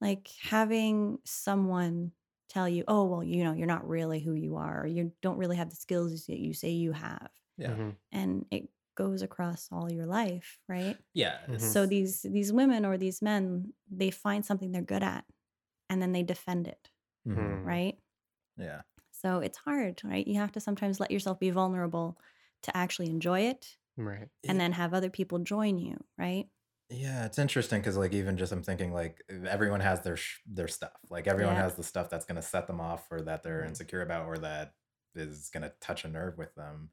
[SPEAKER 4] like having someone tell you oh well you know you're not really who you are or you don't really have the skills you say you, say you have
[SPEAKER 2] Yeah. mm-hmm.
[SPEAKER 3] Mhm.
[SPEAKER 4] and it goes across all your life right
[SPEAKER 2] Yeah. it's-
[SPEAKER 4] so these these women or these men they find something they're good at and then they defend it
[SPEAKER 2] mhm,
[SPEAKER 3] Mm.
[SPEAKER 4] right
[SPEAKER 2] Yeah.
[SPEAKER 4] so it's hard right you have to sometimes let yourself be vulnerable to actually enjoy it
[SPEAKER 3] Right.
[SPEAKER 2] Yeah.
[SPEAKER 4] and then have other people join you right
[SPEAKER 2] Yeah, it's interesting because like even just I'm thinking like everyone has their sh- their stuff. Like everyone
[SPEAKER 4] Yeah.
[SPEAKER 2] has the stuff that's gonna set them off, or that they're
[SPEAKER 3] Mhm.
[SPEAKER 2] insecure about, or that is gonna touch a nerve with them.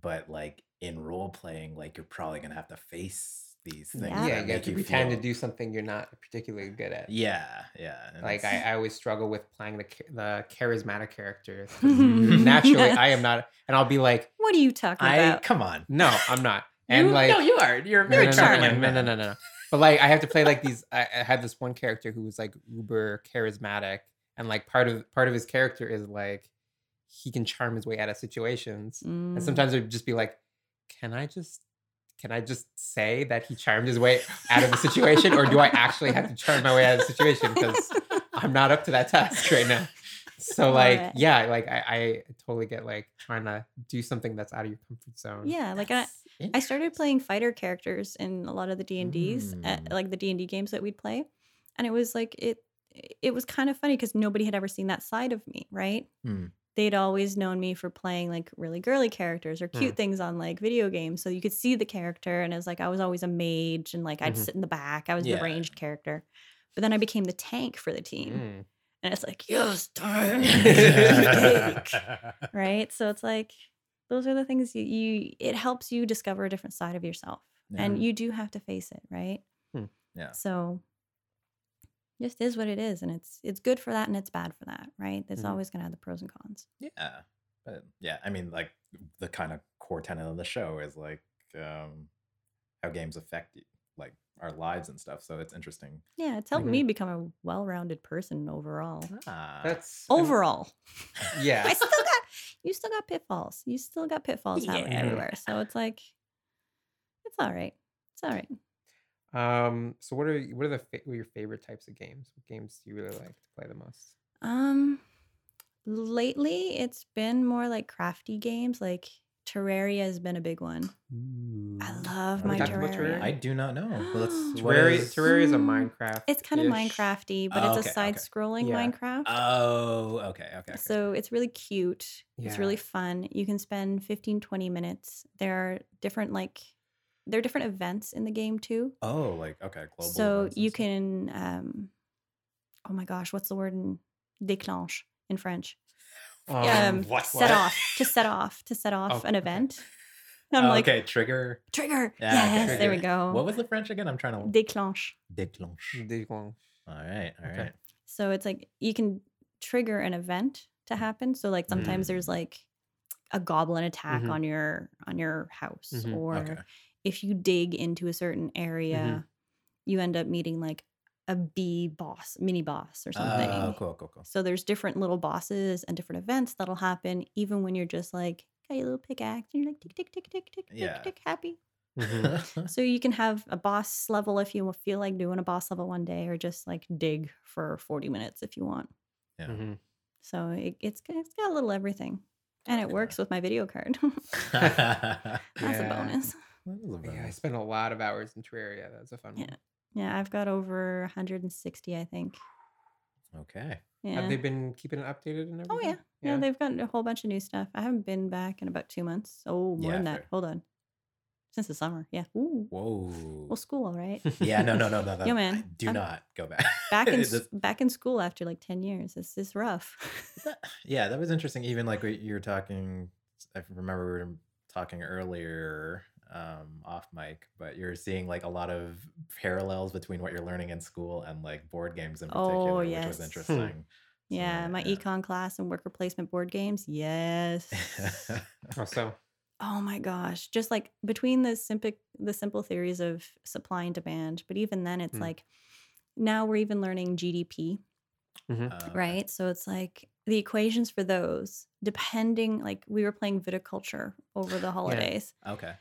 [SPEAKER 2] But like in role playing, like you're probably gonna have to face these things.
[SPEAKER 3] Yeah,
[SPEAKER 4] Yeah.
[SPEAKER 2] that
[SPEAKER 3] you have
[SPEAKER 2] make
[SPEAKER 3] to
[SPEAKER 2] you
[SPEAKER 3] pretend
[SPEAKER 2] feel-
[SPEAKER 3] to do something you're not particularly good at.
[SPEAKER 2] Yeah, yeah. and
[SPEAKER 3] Like I,
[SPEAKER 2] it's-
[SPEAKER 3] I always struggle with playing the cha- the charismatic characters. 'cause Mm-hmm. Naturally, I am not, and I'll be like,
[SPEAKER 4] what are you talking
[SPEAKER 2] I
[SPEAKER 4] about
[SPEAKER 2] come on.
[SPEAKER 3] no, I'm not. And
[SPEAKER 2] You-
[SPEAKER 3] like,
[SPEAKER 2] no, you are. You're a
[SPEAKER 3] no,
[SPEAKER 2] very
[SPEAKER 3] no, no,
[SPEAKER 2] charming.
[SPEAKER 3] No, no, no,
[SPEAKER 2] man.
[SPEAKER 3] no, no, no. But like, I have to play like these. I, I had this one character who was like uber charismatic, and like part of part of his character is like he can charm his way out of situations,
[SPEAKER 4] Mm.
[SPEAKER 3] and sometimes it would just be like, can I just. Can I just say that he charmed his way out of the situation, or do I actually have to charm my way out of the situation? Because I'm not up to that task right now. So
[SPEAKER 4] Love
[SPEAKER 3] like,
[SPEAKER 4] it.
[SPEAKER 3] yeah, like I, I totally get like trying to do something that's out of your comfort zone.
[SPEAKER 4] yeah like I,
[SPEAKER 2] That's
[SPEAKER 4] I started playing fighter characters in a lot of the d&ds
[SPEAKER 2] Mm.
[SPEAKER 4] at, eh, like the d&d games that we'd play and it was like it it was kind of funny because nobody had ever seen that side of me right
[SPEAKER 2] Mm.
[SPEAKER 4] they'd always known me for playing like really girly characters
[SPEAKER 2] Hmm.
[SPEAKER 4] or cute
[SPEAKER 3] Mm.
[SPEAKER 4] things on like video games. So you could see the character, and it was like I was always a mage, and like I'd
[SPEAKER 3] Mhm.
[SPEAKER 4] sit in the back. I was
[SPEAKER 2] Mm-hmm. Yeah.
[SPEAKER 4] the ranged character, but then I became the tank for the team,
[SPEAKER 3] Mm.
[SPEAKER 4] and it's like yes, tank,
[SPEAKER 2] yeah.
[SPEAKER 4] right? So it's like those are the things you, you it helps you discover a different side of yourself, and you do have to face it, right?
[SPEAKER 3] Hmm.
[SPEAKER 2] Yeah.
[SPEAKER 4] So just is what it is, and it's it's good for that, and it's bad for that, right? It's
[SPEAKER 3] Mhm.
[SPEAKER 4] always gonna have the pros and cons.
[SPEAKER 2] Yeah. But yeah, I mean, like the kind of core tenet of the show is like um, how games affect you, like our lives and stuff. So it's interesting.
[SPEAKER 4] Yeah, it's helped
[SPEAKER 3] Mhm.
[SPEAKER 4] me become a well-rounded person overall.
[SPEAKER 2] Ah,
[SPEAKER 3] That's I'm-
[SPEAKER 4] Uh, Overall, I
[SPEAKER 3] Yeah.
[SPEAKER 4] still got you still got pitfalls. You still got pitfalls happening
[SPEAKER 3] Yeah.
[SPEAKER 4] everywhere. So it's like it's all right. It's all right.
[SPEAKER 3] Um. So what are what are the fa- what are your favorite types of games? What games do you really like to play the most?
[SPEAKER 4] Um, lately it's been more like crafty games. Like Terraria has been a big one. I
[SPEAKER 2] Mm. Are
[SPEAKER 4] love
[SPEAKER 2] we
[SPEAKER 4] my
[SPEAKER 2] talking
[SPEAKER 3] about
[SPEAKER 4] Terraria.
[SPEAKER 3] Terraria?
[SPEAKER 2] I do not know. Well, let's- what
[SPEAKER 3] Terraria.
[SPEAKER 2] is-
[SPEAKER 3] Terraria is a
[SPEAKER 4] Mm,
[SPEAKER 3] Minecraft.
[SPEAKER 4] It's kind of Minecrafty, but
[SPEAKER 2] Oh, okay,
[SPEAKER 4] it's a
[SPEAKER 2] okay.
[SPEAKER 4] side-scrolling
[SPEAKER 3] Yeah.
[SPEAKER 4] Minecraft.
[SPEAKER 2] Oh, okay, okay. okay.
[SPEAKER 4] So it's really cute. It's really
[SPEAKER 3] Yeah.
[SPEAKER 4] fun. You can spend 15, 20 minutes. There are different like there are different events in the game too.
[SPEAKER 2] oh, like okay, global.
[SPEAKER 4] so
[SPEAKER 2] events and
[SPEAKER 4] you
[SPEAKER 2] stuff.
[SPEAKER 4] can um oh my gosh, what's the word in déclenche in French? Um,
[SPEAKER 2] what-
[SPEAKER 4] set
[SPEAKER 2] what?
[SPEAKER 4] off. To set off. To set off
[SPEAKER 3] Oh,
[SPEAKER 4] an
[SPEAKER 3] okay.
[SPEAKER 4] event. I'm
[SPEAKER 2] Oh,
[SPEAKER 4] like Oh.
[SPEAKER 2] okay, trigger.
[SPEAKER 4] trigger.
[SPEAKER 2] Yeah, okay,
[SPEAKER 4] yes, there we
[SPEAKER 2] trigger.
[SPEAKER 4] go.
[SPEAKER 2] What was the French again? I'm trying to
[SPEAKER 4] déclenche?
[SPEAKER 2] déclenche.
[SPEAKER 4] Mm.
[SPEAKER 3] Digimon.
[SPEAKER 2] All right, all
[SPEAKER 3] Okay.
[SPEAKER 2] right.
[SPEAKER 4] So it's like you can trigger an event to happen. So like sometimes
[SPEAKER 2] Mm. Mm-hmm.
[SPEAKER 4] there's like a goblin attack
[SPEAKER 3] Mhm.
[SPEAKER 4] on your on your house
[SPEAKER 3] Mhm.
[SPEAKER 4] or
[SPEAKER 2] Okay. Mm-hmm.
[SPEAKER 4] if you dig into a certain area, you end up meeting like a bee boss, mini boss or something.
[SPEAKER 2] Oh, cool, cool, cool.
[SPEAKER 4] So there's different little bosses and different events that'll happen even when you're just like got your little pickaxe and you're like tick tick tick tick tick
[SPEAKER 2] Yeah.
[SPEAKER 4] tick tick happy.
[SPEAKER 3] Mhm.
[SPEAKER 4] So you can have a boss level if you feel like doing a boss level one day or just like dig for 40 minutes if you want.
[SPEAKER 2] Yeah.
[SPEAKER 3] Mhm.
[SPEAKER 4] So it, it's got- it's got a little everything. And it
[SPEAKER 2] Okay.
[SPEAKER 4] works with my video card.
[SPEAKER 2] That
[SPEAKER 4] That's
[SPEAKER 3] Yeah.
[SPEAKER 4] a bonus.
[SPEAKER 2] was a
[SPEAKER 3] Yeah, I
[SPEAKER 2] bonus.
[SPEAKER 3] spent a lot of hours in Terraria. That was a fun
[SPEAKER 4] Yeah.
[SPEAKER 3] one.
[SPEAKER 4] Yeah, I've got over 160, I think.
[SPEAKER 2] Okay.
[SPEAKER 4] Yeah.
[SPEAKER 3] Have they been keeping it updated and everything?
[SPEAKER 4] Oh yeah. yeah, They've gotten a whole bunch of new stuff. I haven't been back in about two months. Oh, more
[SPEAKER 2] Yeah,
[SPEAKER 4] than that.
[SPEAKER 2] fair.
[SPEAKER 4] Hold on, since the summer. Yeah. Ooh.
[SPEAKER 2] Whoa.
[SPEAKER 4] Well, school, all right.
[SPEAKER 2] yeah, no, no, no, no. no.
[SPEAKER 4] Yo,
[SPEAKER 2] I
[SPEAKER 4] man,
[SPEAKER 2] Do
[SPEAKER 4] I'm
[SPEAKER 2] not go back.
[SPEAKER 4] Back in
[SPEAKER 2] It
[SPEAKER 4] s-
[SPEAKER 2] just-
[SPEAKER 4] back in school after like ten years. This is rough.
[SPEAKER 2] yeah, that was interesting. Even like what you were talking, I remember we were talking earlier um, off mic, but you're seeing like a lot of parallels between what you're learning in school and like board games in particular,
[SPEAKER 4] Oh,
[SPEAKER 2] which
[SPEAKER 4] yes.
[SPEAKER 2] was
[SPEAKER 4] Hmm.
[SPEAKER 2] interesting.
[SPEAKER 4] yeah,
[SPEAKER 2] So,
[SPEAKER 4] my econ class and worker placement board games. Yes.
[SPEAKER 2] Um,
[SPEAKER 3] Oh, so
[SPEAKER 4] oh my gosh. Just like between the simple the simple theories of supply and demand, but even then, it's
[SPEAKER 2] Hmm.
[SPEAKER 3] Mm.
[SPEAKER 4] like now we're even learning GDP.
[SPEAKER 2] Uh, okay.
[SPEAKER 4] right? So it's like the equations for those, depending, like we were playing viticulture over the holidays,
[SPEAKER 2] Okay.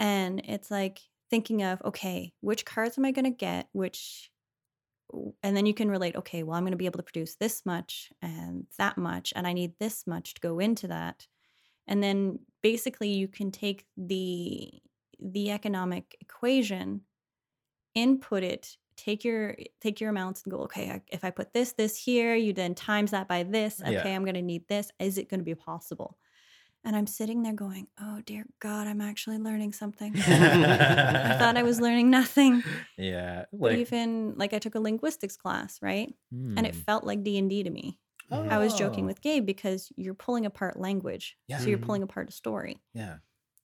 [SPEAKER 4] and it's like thinking of, okay, which cards am I going to get? Which, w- and then you can relate, okay, well, I'm going to be able to produce this much and that much, and I need this much to go into that. And then basically you can take the the economic equation input it take your take your amounts and go okay I, if i put this this here you then times that by this okay
[SPEAKER 2] Yeah.
[SPEAKER 4] i'm going to need this is it going to be possible and i'm sitting there going oh dear god i'm actually learning something i thought i was learning nothing
[SPEAKER 2] Yeah.
[SPEAKER 4] but
[SPEAKER 2] Like,
[SPEAKER 4] even like i took a linguistics class right and it
[SPEAKER 2] hmm.
[SPEAKER 4] felt like d&d to me i was joking
[SPEAKER 2] Oh,
[SPEAKER 4] with gabe because you're pulling apart language
[SPEAKER 2] Yeah.
[SPEAKER 4] so you're
[SPEAKER 3] Mhm.
[SPEAKER 4] pulling apart a story
[SPEAKER 2] Yeah.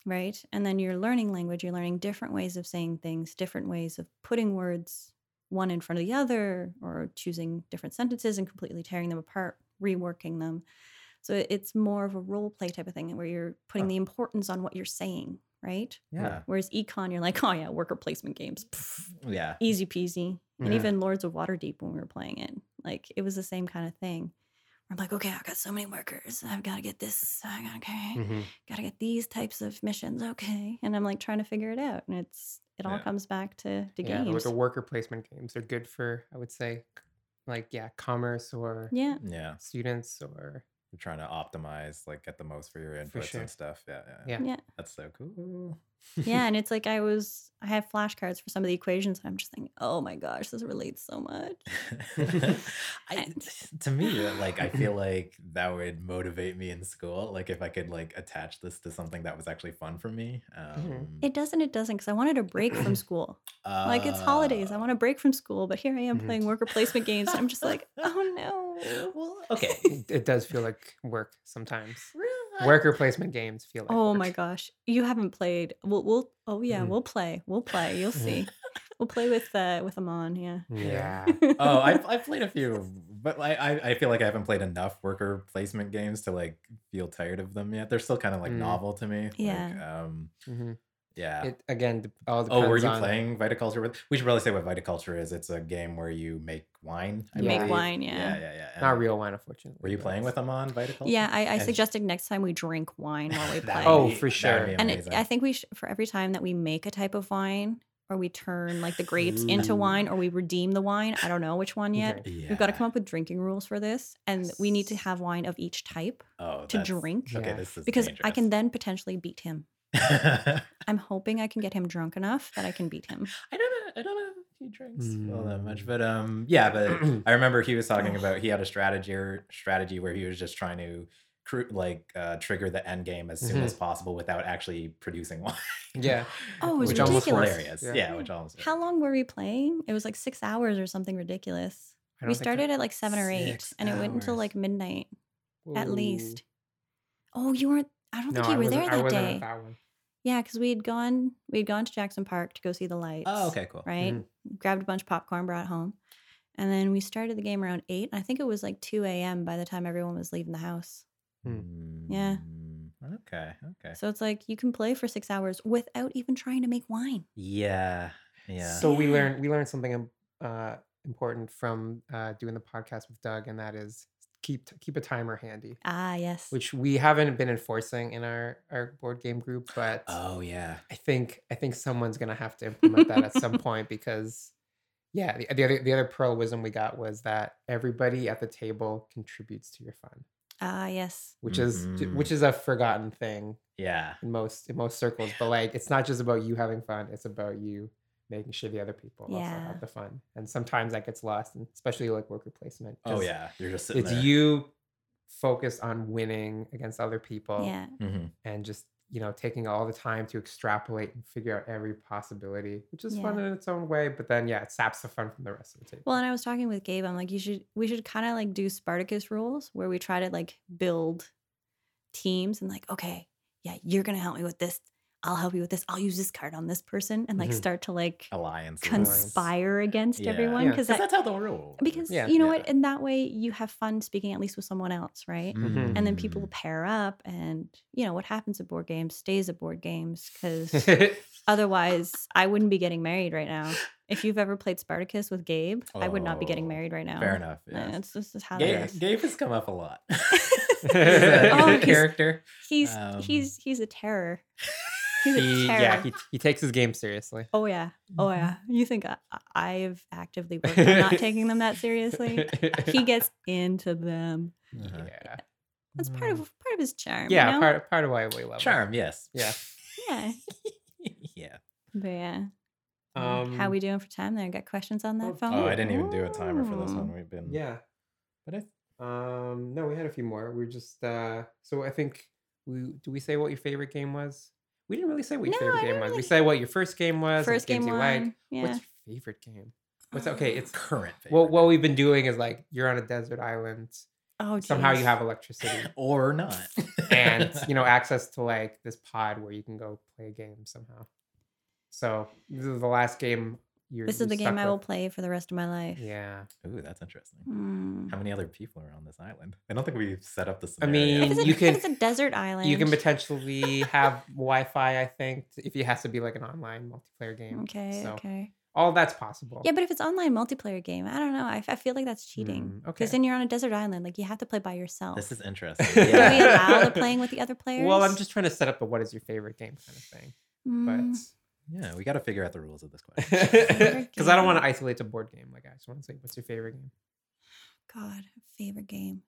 [SPEAKER 4] right? And then you're learning language, you're learning different ways of saying things, different ways of putting words one in front of the other, or choosing different sentences and completely tearing them apart, reworking them. So it- it's more of a role play type of thing where you're putting
[SPEAKER 2] Huh.
[SPEAKER 4] the importance on what you're saying, right?
[SPEAKER 2] Yeah.
[SPEAKER 4] Whereas econ, you're like, oh yeah, worker placement games, pff,
[SPEAKER 2] Yeah.
[SPEAKER 4] easy peasy. And
[SPEAKER 3] Yeah.
[SPEAKER 4] even Lords of Waterdeep when we were playing it, like it was the same kind of thing. I'm like, okay, I've got so many workers. I've got to get this. I got okay
[SPEAKER 3] Mhm.
[SPEAKER 4] gotta get these types of missions okay and i'm like trying to figure it out and it's it all
[SPEAKER 2] Yeah.
[SPEAKER 4] comes back to to
[SPEAKER 3] yeah, but
[SPEAKER 4] games
[SPEAKER 3] like the worker placement games are good for, I would say, c- like yeah, commerce or
[SPEAKER 4] yeah
[SPEAKER 2] Yeah.
[SPEAKER 3] students or
[SPEAKER 2] You're trying to optimize, like, get the most for your inputs
[SPEAKER 3] sure.
[SPEAKER 2] and stuff. Yeah, yeah.
[SPEAKER 3] yeah.
[SPEAKER 4] yeah
[SPEAKER 2] That's so cool.
[SPEAKER 4] yeah and it's like i was I have flashcards for some of the equations. And I'm just thinking, oh my gosh, this relates so much.
[SPEAKER 2] I, to me, like I feel like that would motivate me in school. Like if I could like attach this to something that was actually fun for me. Um,
[SPEAKER 4] It doesn't, it doesn't, because I wanted a break from school. Like it's holidays. I
[SPEAKER 2] uh,
[SPEAKER 4] want a break from school, but here I am
[SPEAKER 3] Mhm.
[SPEAKER 4] playing worker placement games. and I'm just like, oh no.
[SPEAKER 2] Well, okay.
[SPEAKER 3] It, it does feel like work sometimes.
[SPEAKER 2] Really?
[SPEAKER 3] Worker placement games feel like.
[SPEAKER 4] Oh
[SPEAKER 3] work.
[SPEAKER 4] my gosh, you haven't played. We'll, we'll oh yeah,
[SPEAKER 3] Mm.
[SPEAKER 4] we'll play. We'll play. You'll
[SPEAKER 3] Mhm.
[SPEAKER 4] see. we'll play with uh, with Amon. Yeah.
[SPEAKER 3] Yeah.
[SPEAKER 2] oh, I I played a few, but I, I I feel like I haven't played enough worker placement games to like feel tired of them yet. They're still kind of like
[SPEAKER 3] Mm.
[SPEAKER 2] novel to me. Like,
[SPEAKER 4] Yeah.
[SPEAKER 2] um.
[SPEAKER 3] Mhm.
[SPEAKER 2] Yeah.
[SPEAKER 3] It again dep- all depends
[SPEAKER 2] Uh, oh, were you
[SPEAKER 3] on-
[SPEAKER 2] playing Viticulture with? We should probably say what Viticulture is. It's a game where you make wine.
[SPEAKER 3] You make
[SPEAKER 2] believe.
[SPEAKER 4] wine,
[SPEAKER 2] Yeah,
[SPEAKER 4] yeah.
[SPEAKER 2] yeah, yeah.
[SPEAKER 3] Not
[SPEAKER 2] And
[SPEAKER 3] real wine, unfortunately.
[SPEAKER 2] Were you
[SPEAKER 3] but
[SPEAKER 2] playing with
[SPEAKER 3] it's-
[SPEAKER 2] them on Viticulture?
[SPEAKER 4] Yeah, I, I
[SPEAKER 2] And-
[SPEAKER 4] suggested next time we drink wine while we
[SPEAKER 2] That
[SPEAKER 4] play.
[SPEAKER 2] would
[SPEAKER 3] Oh,
[SPEAKER 2] be-
[SPEAKER 3] for
[SPEAKER 2] that would
[SPEAKER 3] sure.
[SPEAKER 2] be
[SPEAKER 4] and it,
[SPEAKER 2] amazing.
[SPEAKER 4] I think we should, for every time that we make a type of wine or we turn like the grapes into
[SPEAKER 2] Ooh.
[SPEAKER 4] wine or we redeem the wine, I don't know which one yet.
[SPEAKER 3] Okay.
[SPEAKER 2] yeah.
[SPEAKER 4] We've got to come up with drinking rules for this, and we need to
[SPEAKER 2] Yes.
[SPEAKER 4] have wine of each type
[SPEAKER 2] oh,
[SPEAKER 4] to
[SPEAKER 2] that's-
[SPEAKER 4] drink
[SPEAKER 2] Okay,
[SPEAKER 3] Yeah.
[SPEAKER 2] this is
[SPEAKER 4] because I can
[SPEAKER 2] dangerous.
[SPEAKER 4] then potentially beat him. I'm hoping I can get him drunk enough that I can beat him.
[SPEAKER 2] I don't know. I don't know if he drinks all that much, but um, yeah. But I remember he was talking
[SPEAKER 4] Ugh.
[SPEAKER 2] about he had a strategy or strategy where he was just trying to cru- like uh, trigger the end game as soon
[SPEAKER 3] Mhm.
[SPEAKER 2] as possible without actually producing wine.
[SPEAKER 3] Yeah.
[SPEAKER 4] Oh, it was
[SPEAKER 2] which almost
[SPEAKER 4] ridiculous.
[SPEAKER 2] hilarious. Yeah, which almost
[SPEAKER 4] How long were we playing? It was like six hours or something ridiculous.
[SPEAKER 3] I don't
[SPEAKER 4] We
[SPEAKER 3] think I-
[SPEAKER 4] started at like seven or eight,
[SPEAKER 2] Six
[SPEAKER 4] and it went until
[SPEAKER 2] hours.
[SPEAKER 4] like midnight at
[SPEAKER 3] Ooh.
[SPEAKER 4] least. Oh, you weren't. I don't think
[SPEAKER 3] I
[SPEAKER 4] you were
[SPEAKER 3] wasn't-
[SPEAKER 4] there
[SPEAKER 3] I
[SPEAKER 4] that
[SPEAKER 3] wasn't at
[SPEAKER 4] day.
[SPEAKER 3] that one.
[SPEAKER 4] Yeah, because we had gone. We had gone to Jackson Park to go see the lights.
[SPEAKER 2] Oh, okay, cool.
[SPEAKER 4] Right.
[SPEAKER 3] Mm-hmm.
[SPEAKER 4] Grabbed a bunch of popcorn, brought it home, and then we started the game around eight. I think it was like two a.m. by the time everyone was leaving the house. Yeah.
[SPEAKER 2] Mm, Okay. Okay.
[SPEAKER 4] So it's like you can play for six hours without even trying to make wine.
[SPEAKER 2] Yeah. Yeah.
[SPEAKER 3] So we
[SPEAKER 4] Yeah.
[SPEAKER 3] learned we learned something im- uh, important from uh, doing the podcast with Doug, and that is keep t- keep a timer handy,
[SPEAKER 4] Ah, yes.
[SPEAKER 3] which we haven't been enforcing in our our board game group, but
[SPEAKER 2] oh yeah.
[SPEAKER 3] I think I think someone's gonna have to implement that at some point because. Yeah, the, the other the other pro wisdom we got was that everybody at the table contributes to your fun,
[SPEAKER 4] ah, yes.
[SPEAKER 3] which is j-
[SPEAKER 2] Mhm.
[SPEAKER 3] which is a forgotten thing
[SPEAKER 2] Yeah.
[SPEAKER 3] in most in most circles. But like, it's not just about you having fun; it's about you making sure the other people also
[SPEAKER 4] Yeah.
[SPEAKER 3] have the fun. And sometimes that gets lost, and especially like worker placement.
[SPEAKER 2] Oh
[SPEAKER 3] 'cause
[SPEAKER 2] yeah. You're just sitting
[SPEAKER 3] it's
[SPEAKER 2] there.
[SPEAKER 3] you focused on winning against other people,
[SPEAKER 4] Yeah.
[SPEAKER 2] Mhm.
[SPEAKER 3] and just you know taking all the time to extrapolate and figure out every possibility, which is fun in its own way. But then, yeah, it saps the fun from the rest of the table.
[SPEAKER 4] Well, and I was talking with Gabe. I'm like, you should, we should kind of like do Spartacus rules where we try to like build teams and like, okay, yeah, you're going to help me with this. I'll help you with this. I'll use this card on this person and like
[SPEAKER 2] Mm-hmm.
[SPEAKER 3] Mhm.
[SPEAKER 4] start to like
[SPEAKER 2] Alliance.
[SPEAKER 4] conspire against
[SPEAKER 2] Yeah.
[SPEAKER 4] everyone.
[SPEAKER 3] Yeah.
[SPEAKER 4] Cause that,
[SPEAKER 2] that's how the rule.
[SPEAKER 4] because
[SPEAKER 3] Yeah.
[SPEAKER 4] you know
[SPEAKER 2] Yeah.
[SPEAKER 4] what? In that way, you have fun speaking at least with someone else, right?
[SPEAKER 3] Mm-hmm.
[SPEAKER 4] And then people
[SPEAKER 2] Mm.
[SPEAKER 4] pair up and you know what happens at board games stays at board games because
[SPEAKER 3] yeah,
[SPEAKER 4] otherwise I wouldn't be getting married right now. If you've ever played Spartacus with Gabe, I would not be
[SPEAKER 2] Oh,
[SPEAKER 4] getting married right now.
[SPEAKER 2] Fair enough.
[SPEAKER 4] Yeah,
[SPEAKER 2] Yeah.
[SPEAKER 4] it's just it's how
[SPEAKER 2] Gabe,
[SPEAKER 4] it is.
[SPEAKER 2] Gabe has come up a lot. he's a, he's a
[SPEAKER 3] Oh,
[SPEAKER 4] Oh, he's-
[SPEAKER 2] character.
[SPEAKER 4] He's
[SPEAKER 2] Um,
[SPEAKER 4] he's he's a terror. He's a
[SPEAKER 3] he,
[SPEAKER 4] terror.
[SPEAKER 3] yeah, he, he takes his game seriously.
[SPEAKER 4] oh yeah, oh
[SPEAKER 2] Mm-hmm.
[SPEAKER 4] yeah. You think I, I've actively worked on not taking them that seriously? He gets into them.
[SPEAKER 2] Uh-huh.
[SPEAKER 3] yeah,
[SPEAKER 4] That's part
[SPEAKER 2] Mm.
[SPEAKER 4] of part of his charm.
[SPEAKER 3] Mm. yeah,
[SPEAKER 4] you know?
[SPEAKER 3] part part of why we love him.
[SPEAKER 2] Charm, yes.
[SPEAKER 3] Yeah.
[SPEAKER 4] yeah.
[SPEAKER 2] yeah.
[SPEAKER 4] But yeah,
[SPEAKER 3] Um,
[SPEAKER 4] how we doing for time there? Got questions on that
[SPEAKER 3] oh,
[SPEAKER 4] phone?
[SPEAKER 2] Um Oh, I didn't even do a timer for this one.
[SPEAKER 4] Ooh.
[SPEAKER 2] We've been
[SPEAKER 3] Yeah.
[SPEAKER 2] But I
[SPEAKER 3] Um. No, we had a few more. We are just. uh So I think we do. We say what your favorite game was. We didn't really say what your
[SPEAKER 4] No,
[SPEAKER 3] favorite
[SPEAKER 4] I
[SPEAKER 3] game
[SPEAKER 4] don't
[SPEAKER 3] was. We
[SPEAKER 4] really-
[SPEAKER 3] say what your first game was. and
[SPEAKER 4] First
[SPEAKER 3] games
[SPEAKER 4] game
[SPEAKER 3] you
[SPEAKER 4] one. Yeah.
[SPEAKER 3] What's your favorite game? What's okay? It's
[SPEAKER 2] current.
[SPEAKER 3] well.
[SPEAKER 2] favorite.
[SPEAKER 3] What we've been doing is like you're on a desert island.
[SPEAKER 4] Oh,
[SPEAKER 3] Somehow you
[SPEAKER 4] geez.
[SPEAKER 3] have electricity
[SPEAKER 2] or not.
[SPEAKER 3] and you know access to like this pod where you can go play a game somehow. So this is the last game. You're,
[SPEAKER 4] This is
[SPEAKER 3] you're
[SPEAKER 4] the game
[SPEAKER 3] stuck
[SPEAKER 4] I will
[SPEAKER 3] with.
[SPEAKER 4] play for the rest of my life.
[SPEAKER 3] Yeah.
[SPEAKER 2] Ooh, that's interesting.
[SPEAKER 4] Mm.
[SPEAKER 2] How many other people are on this island? I don't think we've set up the
[SPEAKER 3] I
[SPEAKER 2] scenario.
[SPEAKER 4] If
[SPEAKER 3] mean-
[SPEAKER 4] it's, a,
[SPEAKER 3] you
[SPEAKER 4] if it's
[SPEAKER 3] can-
[SPEAKER 4] a desert island.
[SPEAKER 3] You can potentially have Wi-Fi, I think, t- if it has to be like an online multiplayer game.
[SPEAKER 4] Okay. Okay.
[SPEAKER 3] all that's possible.
[SPEAKER 4] Yeah, but if it's online multiplayer game, I don't know. I, f- I feel like that's cheating.
[SPEAKER 3] Mm,
[SPEAKER 4] Because
[SPEAKER 3] okay.
[SPEAKER 4] then you're on a desert island. Like you have to play by yourself.
[SPEAKER 2] this is interesting.
[SPEAKER 3] Can
[SPEAKER 4] Do we
[SPEAKER 2] Yeah.
[SPEAKER 4] allow the playing with the other players?
[SPEAKER 3] well, I'm just trying to set up the what is your favorite game kind of thing,
[SPEAKER 4] Mm,
[SPEAKER 3] but
[SPEAKER 2] yeah, we got to figure out the rules of this question.
[SPEAKER 4] Favorite
[SPEAKER 3] because I don't want to
[SPEAKER 4] game.
[SPEAKER 3] isolate to board game. Like I just want to say, what's your favorite game?
[SPEAKER 4] God, favorite game.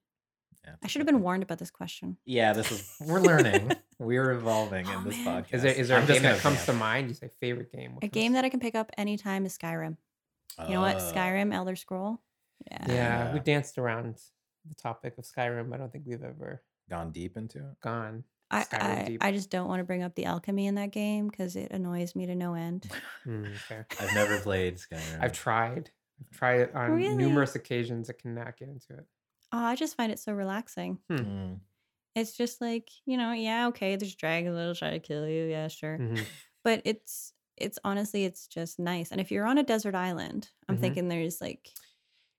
[SPEAKER 2] Yeah.
[SPEAKER 4] I should have been warned about this question.
[SPEAKER 2] Yeah, this is we're learning. we're evolving
[SPEAKER 4] Oh,
[SPEAKER 2] in this
[SPEAKER 4] man.
[SPEAKER 2] podcast.
[SPEAKER 3] Is there is there
[SPEAKER 2] I'm
[SPEAKER 3] a
[SPEAKER 2] just
[SPEAKER 3] game that
[SPEAKER 2] gonna
[SPEAKER 3] comes to
[SPEAKER 2] vamp.
[SPEAKER 3] mind? You say favorite game.
[SPEAKER 4] A game that I can pick up anytime is Skyrim. You know what?
[SPEAKER 2] Oh,
[SPEAKER 4] Skyrim, Elder Scroll. Yeah.
[SPEAKER 3] Yeah,
[SPEAKER 2] Yeah.
[SPEAKER 3] we danced around the topic of Skyrim. I don't think we've ever
[SPEAKER 2] Gone deep into it.
[SPEAKER 3] gone.
[SPEAKER 4] I,
[SPEAKER 3] Skyrim
[SPEAKER 4] I,
[SPEAKER 3] deep.
[SPEAKER 4] I just don't want to bring up the alchemy in that game because it annoys me to no end.
[SPEAKER 3] Hmm, okay.
[SPEAKER 2] I've never played Skyrim.
[SPEAKER 3] I've tried. I've tried it on
[SPEAKER 4] Really?
[SPEAKER 3] numerous occasions. I cannot get into it.
[SPEAKER 4] Oh, I just find it so relaxing.
[SPEAKER 2] Mm.
[SPEAKER 4] It's just like, you know, yeah, okay, there's dragons that'll try to kill you. Yeah, sure.
[SPEAKER 3] Mhm.
[SPEAKER 4] But it's it's honestly it's just nice. And if you're on a desert island, I'm
[SPEAKER 3] Mhm.
[SPEAKER 4] thinking there's like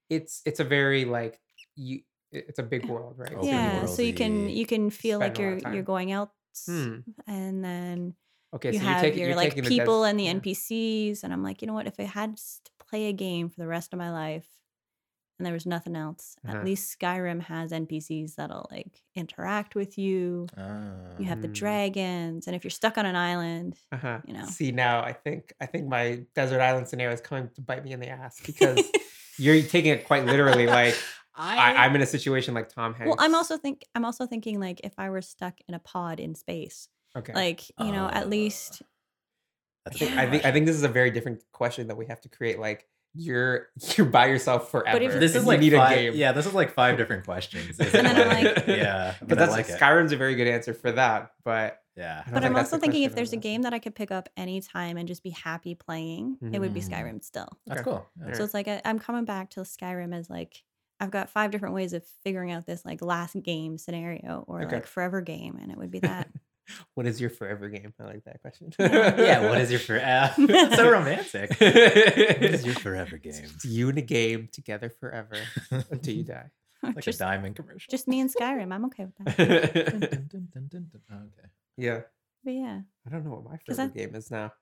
[SPEAKER 3] It's it's a very like you. it- It's a big world, right?
[SPEAKER 2] Open
[SPEAKER 4] yeah, so you can
[SPEAKER 2] worldy.
[SPEAKER 4] you can feel like
[SPEAKER 3] Spend a lot
[SPEAKER 4] you're
[SPEAKER 3] of
[SPEAKER 4] you're
[SPEAKER 3] time.
[SPEAKER 4] going out
[SPEAKER 3] Hmm.
[SPEAKER 4] and then
[SPEAKER 3] Okay,
[SPEAKER 4] you
[SPEAKER 3] so
[SPEAKER 4] have
[SPEAKER 3] you're taking,
[SPEAKER 4] your
[SPEAKER 3] you're
[SPEAKER 4] like
[SPEAKER 3] taking
[SPEAKER 4] people
[SPEAKER 3] the
[SPEAKER 4] and the
[SPEAKER 3] NPC.
[SPEAKER 4] NPCs, and I'm like, you know what? If I had s- to play a game for the rest of my life, and there was nothing else,
[SPEAKER 3] Uh-huh.
[SPEAKER 4] at least Skyrim has NPCs that'll like interact with you.
[SPEAKER 2] Ah.
[SPEAKER 4] You have the
[SPEAKER 3] Mm.
[SPEAKER 4] dragons, and if you're stuck on an island,
[SPEAKER 3] Uh-huh.
[SPEAKER 4] you know.
[SPEAKER 3] See now, I think I think my desert island scenario is coming to bite me in the ass because you're taking it quite literally. Like I, I'm in a situation like Tom Hanks.
[SPEAKER 4] well, I'm also think I'm also thinking like if I were stuck in a pod in space,
[SPEAKER 3] okay.
[SPEAKER 4] like you know,
[SPEAKER 2] Uh,
[SPEAKER 4] at least
[SPEAKER 2] That's a
[SPEAKER 4] Yeah.
[SPEAKER 2] good
[SPEAKER 3] I think I
[SPEAKER 2] question.
[SPEAKER 3] think this is a very different question that we have to create. Like you're you're by yourself forever.
[SPEAKER 4] if-
[SPEAKER 2] this
[SPEAKER 3] and
[SPEAKER 2] is
[SPEAKER 3] you
[SPEAKER 2] like
[SPEAKER 3] need
[SPEAKER 2] five,
[SPEAKER 3] a game.
[SPEAKER 2] Yeah, this is like five different questions. Is
[SPEAKER 4] And
[SPEAKER 2] it
[SPEAKER 4] then I'm
[SPEAKER 2] like-
[SPEAKER 3] like-
[SPEAKER 2] yeah, but
[SPEAKER 3] Because
[SPEAKER 2] I
[SPEAKER 3] that's
[SPEAKER 2] like it.
[SPEAKER 3] Skyrim's a very good answer for that, but
[SPEAKER 2] Yeah.
[SPEAKER 3] I don't
[SPEAKER 4] But
[SPEAKER 3] think
[SPEAKER 4] I'm
[SPEAKER 3] that's the
[SPEAKER 4] also thinking
[SPEAKER 3] question
[SPEAKER 4] if
[SPEAKER 3] I'm
[SPEAKER 4] there's a
[SPEAKER 3] asking.
[SPEAKER 4] game that I could pick up anytime and just be happy playing, it would be
[SPEAKER 3] Mm.
[SPEAKER 2] Mhm.
[SPEAKER 4] Skyrim still.
[SPEAKER 2] That's
[SPEAKER 3] Okay.
[SPEAKER 2] cool. Yeah.
[SPEAKER 4] So it's like I, I'm coming back to Skyrim as like I've got five different ways of figuring out this like last game scenario or
[SPEAKER 3] Okay.
[SPEAKER 4] like forever game, and it would be that.
[SPEAKER 3] what is your forever game? I like that question.
[SPEAKER 2] yeah, what is your forever? it's so romantic. What is your forever game?
[SPEAKER 3] It's you and a game together forever until you die.
[SPEAKER 2] like
[SPEAKER 4] just
[SPEAKER 2] a diamond commercial.
[SPEAKER 4] just me and Skyrim. I'm okay with that.
[SPEAKER 2] Dun, dun, dun, dun, dun. Oh, Okay.
[SPEAKER 3] yeah.
[SPEAKER 4] But yeah,
[SPEAKER 3] I don't know what my
[SPEAKER 4] Does
[SPEAKER 3] favorite
[SPEAKER 4] that-
[SPEAKER 3] game is now.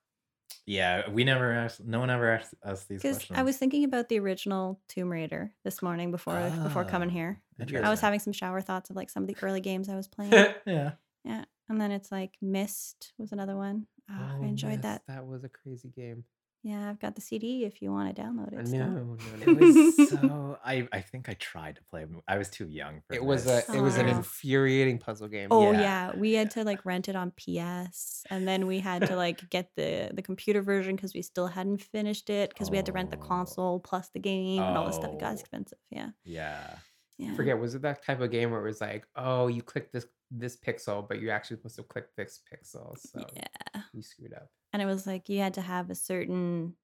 [SPEAKER 2] Yeah, we never asked. No one ever asked us these
[SPEAKER 4] because
[SPEAKER 2] questions.
[SPEAKER 4] I was thinking about the original Tomb Raider this morning before before coming
[SPEAKER 2] Ah,
[SPEAKER 4] here. I was
[SPEAKER 2] Interesting.
[SPEAKER 4] having some shower thoughts of like some of the early games I was playing,
[SPEAKER 2] Yeah.
[SPEAKER 4] and then it's like Mist was another one. Oh, I enjoyed
[SPEAKER 3] yes,
[SPEAKER 4] that.
[SPEAKER 3] That was a crazy game.
[SPEAKER 4] Yeah, I've got the CD if you want to download it. still.
[SPEAKER 3] No, Oh, no,
[SPEAKER 2] It
[SPEAKER 3] no.
[SPEAKER 2] was so. I I think I tried to play. I was too young for
[SPEAKER 3] It was a
[SPEAKER 2] this.
[SPEAKER 3] it was an
[SPEAKER 4] Aw.
[SPEAKER 3] infuriating puzzle game.
[SPEAKER 4] Oh
[SPEAKER 2] Yeah.
[SPEAKER 4] yeah. we had to like rent it on PS, and then we had to like get the the computer version because we still hadn't finished it because we had to rent the
[SPEAKER 2] Oh.
[SPEAKER 4] console plus the game and all this stuff. It got
[SPEAKER 2] Oh.
[SPEAKER 4] expensive. Yeah,
[SPEAKER 2] Yeah.
[SPEAKER 4] yeah.
[SPEAKER 3] I forget, was it that type of game where it was like, oh, you click this this pixel, but you're actually supposed to click this pixel, so
[SPEAKER 4] Yeah,
[SPEAKER 3] you screwed up.
[SPEAKER 4] and it was like you had to have a certain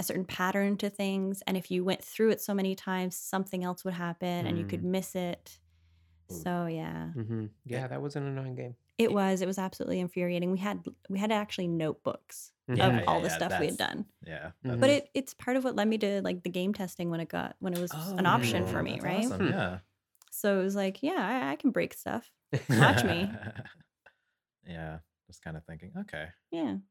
[SPEAKER 4] a certain pattern to things, and if you went through it so many times, something else would happen, and you could
[SPEAKER 3] Mm.
[SPEAKER 4] miss it.
[SPEAKER 2] Ooh.
[SPEAKER 4] So yeah,
[SPEAKER 3] Mm-hmm. Yeah, that was an annoying game.
[SPEAKER 4] it was it was absolutely infuriating. We had we had actually notebooks
[SPEAKER 2] Yeah,
[SPEAKER 4] of
[SPEAKER 2] yeah,
[SPEAKER 4] all the
[SPEAKER 2] yeah,
[SPEAKER 4] stuff we had
[SPEAKER 2] that's- mm.
[SPEAKER 4] done.
[SPEAKER 2] Yeah.
[SPEAKER 3] Mhm.
[SPEAKER 4] but it it's part of what led me to like the game testing when it got when it was an option for
[SPEAKER 2] Oh,
[SPEAKER 4] me
[SPEAKER 2] that's
[SPEAKER 4] right
[SPEAKER 2] awesome,
[SPEAKER 3] Hmm.
[SPEAKER 2] Yeah.
[SPEAKER 4] so it was like yeah I, I can break stuff
[SPEAKER 3] Mm-hmm.
[SPEAKER 4] Watch me.
[SPEAKER 2] yeah. Just kind of thinking. Okay.
[SPEAKER 4] yeah
[SPEAKER 2] Mm.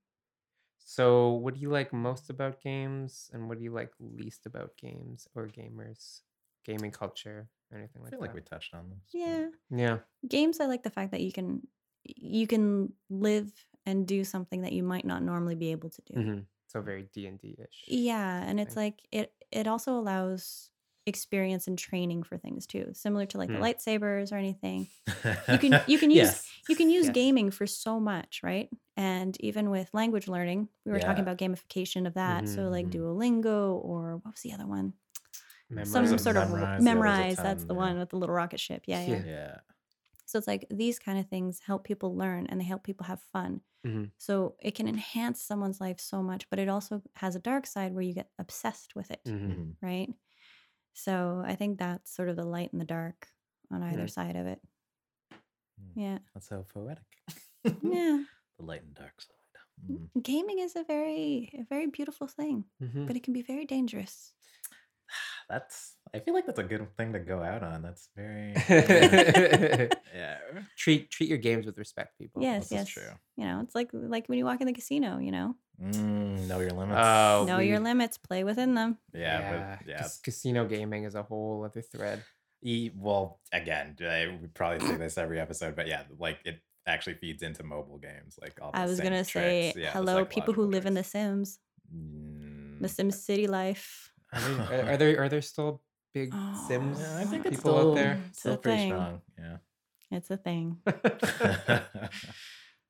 [SPEAKER 3] so, what do you like most about games, and what do you like least about games or gamers, gaming culture, or anything
[SPEAKER 2] I
[SPEAKER 3] like
[SPEAKER 2] feel
[SPEAKER 3] that?
[SPEAKER 2] like we touched on this. but-
[SPEAKER 4] yeah
[SPEAKER 3] yeah.
[SPEAKER 4] games i like the fact that you can you can live and do something that you might not normally be able to
[SPEAKER 2] Mm-hmm.
[SPEAKER 4] do
[SPEAKER 3] Mhm. So very D and D ish.
[SPEAKER 4] yeah and it's
[SPEAKER 3] thing.
[SPEAKER 4] like it it also allows experience and training for things too similar to like
[SPEAKER 3] Hmm.
[SPEAKER 4] the
[SPEAKER 2] Mm.
[SPEAKER 4] lightsabers or anything You can- you can use-
[SPEAKER 2] Yes.
[SPEAKER 4] you can use
[SPEAKER 3] Yes.
[SPEAKER 4] gaming for so much, right? And even with language learning, we were
[SPEAKER 2] Yeah.
[SPEAKER 4] talking about gamification of that. So like
[SPEAKER 2] Mhm.
[SPEAKER 4] Duolingo or what was the other one?
[SPEAKER 2] Memorize.
[SPEAKER 4] Some sort of
[SPEAKER 2] Memrise, the
[SPEAKER 4] memorize.
[SPEAKER 2] other's a
[SPEAKER 4] that's the
[SPEAKER 2] ton, yeah.
[SPEAKER 4] one with the little rocket ship. Yeah, yeah.
[SPEAKER 3] Yeah.
[SPEAKER 2] Yeah.
[SPEAKER 4] So it's like these kind of things help people learn and they help people have fun.
[SPEAKER 2] Mm-hmm.
[SPEAKER 3] Mhm.
[SPEAKER 4] So it can enhance someone's life so much, but it also has a dark side where you get obsessed with it,
[SPEAKER 3] Mhm.
[SPEAKER 2] Mhm.
[SPEAKER 4] right? So I think that's sort of the light and the dark on either
[SPEAKER 3] Mhm.
[SPEAKER 4] side of it.
[SPEAKER 2] Mm.
[SPEAKER 4] Yeah.
[SPEAKER 2] That's so poetic.
[SPEAKER 4] Yeah.
[SPEAKER 2] The light and dark side. Mm.
[SPEAKER 4] Gaming is a very a very beautiful thing.
[SPEAKER 3] Mhm.
[SPEAKER 4] but it can be very dangerous.
[SPEAKER 2] That's. I feel like that's a good thing to go out on. That's very. yeah.
[SPEAKER 3] treat treat your games with respect, people.
[SPEAKER 4] yes,
[SPEAKER 2] Oh, this
[SPEAKER 4] yes.
[SPEAKER 2] is true.
[SPEAKER 4] You know, it's like like when you walk in the casino. You know,
[SPEAKER 2] Mm, know your limits.
[SPEAKER 3] Oh,
[SPEAKER 4] know your
[SPEAKER 3] we-
[SPEAKER 4] limits, play within them.
[SPEAKER 2] yeah, but yeah.
[SPEAKER 3] cas- Casino gaming is a whole other thread.
[SPEAKER 2] E, well, again, I would probably say this every episode, but yeah, like it actually feeds into mobile games. Like all.
[SPEAKER 4] I
[SPEAKER 2] the
[SPEAKER 4] was
[SPEAKER 2] same
[SPEAKER 4] gonna say,
[SPEAKER 2] tricks. Yeah, the
[SPEAKER 4] hello, people who
[SPEAKER 2] psychological
[SPEAKER 4] live in The
[SPEAKER 2] tricks.
[SPEAKER 4] Sims,
[SPEAKER 2] Mm.
[SPEAKER 4] The Sim City life.
[SPEAKER 3] Are, are there are there still big
[SPEAKER 4] Oh,
[SPEAKER 3] Sims
[SPEAKER 2] Yeah, I think it's
[SPEAKER 3] people
[SPEAKER 2] still-
[SPEAKER 3] out there.
[SPEAKER 4] It's
[SPEAKER 2] Still
[SPEAKER 4] a
[SPEAKER 2] pretty
[SPEAKER 4] thing.
[SPEAKER 2] strong. Yeah.
[SPEAKER 4] It's a thing.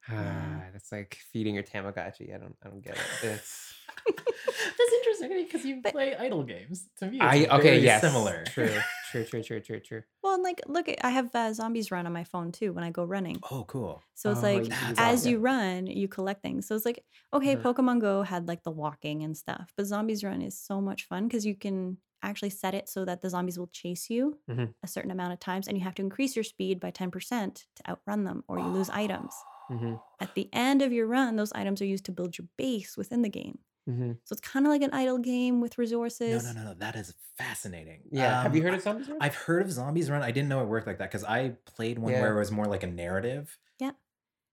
[SPEAKER 3] Ah, that's like feeding your Tamagotchi. I don't, I don't get it. It's
[SPEAKER 2] That's interesting because you
[SPEAKER 4] But-
[SPEAKER 2] play idle games. To me, it's
[SPEAKER 3] I okay,
[SPEAKER 2] very
[SPEAKER 3] yes,
[SPEAKER 2] similar.
[SPEAKER 3] True, true, true, true, true, true.
[SPEAKER 4] Well, and like, look, I have uh, zombies run on my phone too when I go running.
[SPEAKER 2] Oh, cool.
[SPEAKER 4] So it's
[SPEAKER 3] Oh,
[SPEAKER 4] like,
[SPEAKER 3] you can do that,
[SPEAKER 4] as
[SPEAKER 3] yeah.
[SPEAKER 4] you run, you collect things. So it's like, okay,
[SPEAKER 2] Mm-hmm.
[SPEAKER 3] Mhm.
[SPEAKER 4] Pokemon Go had like the walking and stuff, but Zombies Run is so much fun because you can actually set it so that the zombies will chase you
[SPEAKER 2] Mm-hmm.
[SPEAKER 3] Mhm.
[SPEAKER 4] a certain amount of times and you have to increase your speed by 10% to outrun them or you lose items.
[SPEAKER 3] Mhm,
[SPEAKER 4] At the
[SPEAKER 2] Oh.
[SPEAKER 4] end of your run, those items are used to build your base within the game.
[SPEAKER 3] mhm.
[SPEAKER 4] So it's kind of like an idle game with
[SPEAKER 2] No,
[SPEAKER 4] resources.
[SPEAKER 2] no, no, no. That is fascinating.
[SPEAKER 3] Yeah, have you
[SPEAKER 2] Um,
[SPEAKER 3] heard of zombies? Run?
[SPEAKER 2] I've heard of Zombies Run. I didn't know it worked like that because I played one
[SPEAKER 3] Yeah.
[SPEAKER 2] where it was more like a narrative,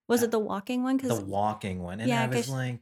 [SPEAKER 4] Was it the walking one?
[SPEAKER 2] the
[SPEAKER 4] Because
[SPEAKER 2] walking one, and
[SPEAKER 4] yeah,
[SPEAKER 2] I was
[SPEAKER 4] 'cause-
[SPEAKER 2] like,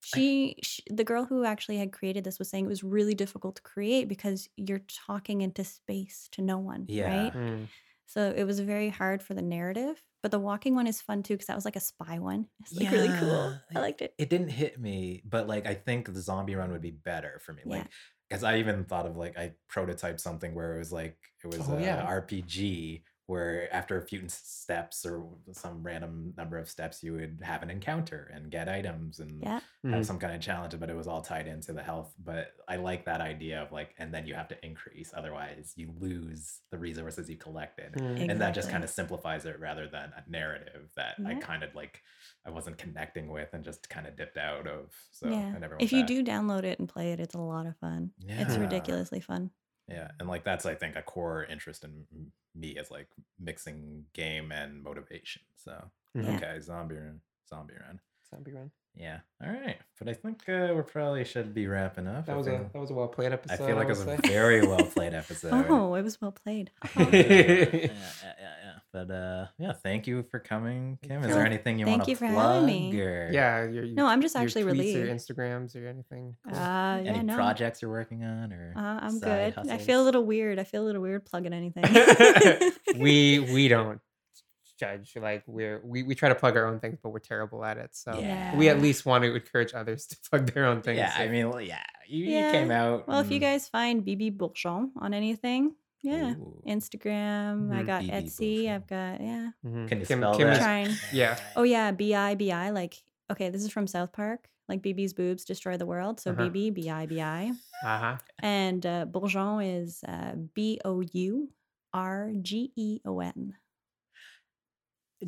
[SPEAKER 4] she, sh the girl who actually had created this was saying it was really difficult to create because you're talking into space to no one
[SPEAKER 2] Yeah.
[SPEAKER 4] right
[SPEAKER 3] Mm.
[SPEAKER 4] so it was very hard for the narrative but the walking one is fun too because that was like a spy one it's like really cool
[SPEAKER 2] Yeah,
[SPEAKER 4] i liked it
[SPEAKER 2] it didn't hit me, but like I think the Zombie Run would be better for me,
[SPEAKER 4] Yeah.
[SPEAKER 2] like because I even thought of like I prototyped something where it was like it was
[SPEAKER 3] Oh,
[SPEAKER 2] a
[SPEAKER 3] yeah.
[SPEAKER 2] RPG where after a few n- steps or some random number of steps you would have an encounter and get items and
[SPEAKER 4] yeah
[SPEAKER 2] have
[SPEAKER 3] Mhm.
[SPEAKER 2] some kind of challenge, but it was all tied into the health. But I like that idea of like, and then you have to increase, otherwise you lose the resources you collected.
[SPEAKER 3] Mm.
[SPEAKER 2] And that just
[SPEAKER 4] Exactly. Mm-hmm.
[SPEAKER 2] kind of simplifies it rather than a narrative that I
[SPEAKER 4] Yeah.
[SPEAKER 2] kind of like, I wasn't connecting with and just kind of dipped out of. So
[SPEAKER 4] yeah
[SPEAKER 2] I never went
[SPEAKER 4] if you
[SPEAKER 2] back.
[SPEAKER 4] do download it and play it it's a lot of fun it's
[SPEAKER 2] Yeah.
[SPEAKER 4] ridiculously fun
[SPEAKER 2] Yeah. And like, that's, I think, a core interest in m- me is like mixing game and motivation. So,
[SPEAKER 3] Mhm.
[SPEAKER 2] okay, zombie run, zombie run.
[SPEAKER 3] Zombie run.
[SPEAKER 2] Yeah. All right. But I think uh, we probably should be wrapping up.
[SPEAKER 3] That
[SPEAKER 2] I
[SPEAKER 3] was a
[SPEAKER 2] think-
[SPEAKER 3] that was a well played
[SPEAKER 2] I
[SPEAKER 3] episode.
[SPEAKER 2] feel like it was
[SPEAKER 3] would
[SPEAKER 2] a
[SPEAKER 3] say.
[SPEAKER 2] very well played episode.
[SPEAKER 4] oh it was well played Oh.
[SPEAKER 2] yeah, yeah, yeah,
[SPEAKER 3] Yeah.
[SPEAKER 2] yeah. But uh, yeah, thank you for coming, Kim. Is
[SPEAKER 3] No,
[SPEAKER 2] there anything you
[SPEAKER 4] thank
[SPEAKER 2] want to
[SPEAKER 4] you for
[SPEAKER 2] plug?
[SPEAKER 4] having me.
[SPEAKER 2] Or
[SPEAKER 3] yeah. Your, your,
[SPEAKER 4] no i'm just
[SPEAKER 3] your
[SPEAKER 4] actually
[SPEAKER 3] tweets Or
[SPEAKER 4] relieved
[SPEAKER 3] Instagrams or anything.
[SPEAKER 4] uh
[SPEAKER 3] Cool.
[SPEAKER 4] yeah
[SPEAKER 2] any
[SPEAKER 4] no
[SPEAKER 2] projects you're working on, or
[SPEAKER 4] uh, i'm
[SPEAKER 2] side
[SPEAKER 4] good i feel a
[SPEAKER 2] hustles?
[SPEAKER 4] little weird i feel a little weird plugging anything
[SPEAKER 3] we we don't judge. Like we're we, we try to plug our own things, but we're terrible at it. So
[SPEAKER 2] Yeah.
[SPEAKER 3] we at least want to encourage others to plug their own things.
[SPEAKER 2] Yeah,
[SPEAKER 3] if-
[SPEAKER 2] I mean, well, yeah, you, you
[SPEAKER 4] Yeah.
[SPEAKER 2] came out.
[SPEAKER 4] Well, if you
[SPEAKER 3] Mm-hmm.
[SPEAKER 2] and-
[SPEAKER 4] guys find BB Bourgeon on anything, yeah,
[SPEAKER 2] Ooh.
[SPEAKER 4] Instagram. I
[SPEAKER 3] Mhm.
[SPEAKER 4] got
[SPEAKER 2] BB
[SPEAKER 4] Etsy. I've
[SPEAKER 2] Bourgeon.
[SPEAKER 4] got yeah.
[SPEAKER 3] Mhm.
[SPEAKER 2] Can you
[SPEAKER 3] Kim,
[SPEAKER 2] spell
[SPEAKER 3] Kim
[SPEAKER 2] that?
[SPEAKER 3] is-
[SPEAKER 4] Trying.
[SPEAKER 3] yeah.
[SPEAKER 4] Oh yeah, B I B I. Like okay, this is from South Park. Like BB's boobs destroy the world. So
[SPEAKER 3] Uh-huh.
[SPEAKER 4] BB B I B I.
[SPEAKER 3] uh-huh.
[SPEAKER 4] And uh, Bourgeon is uh, B O U R G E O N.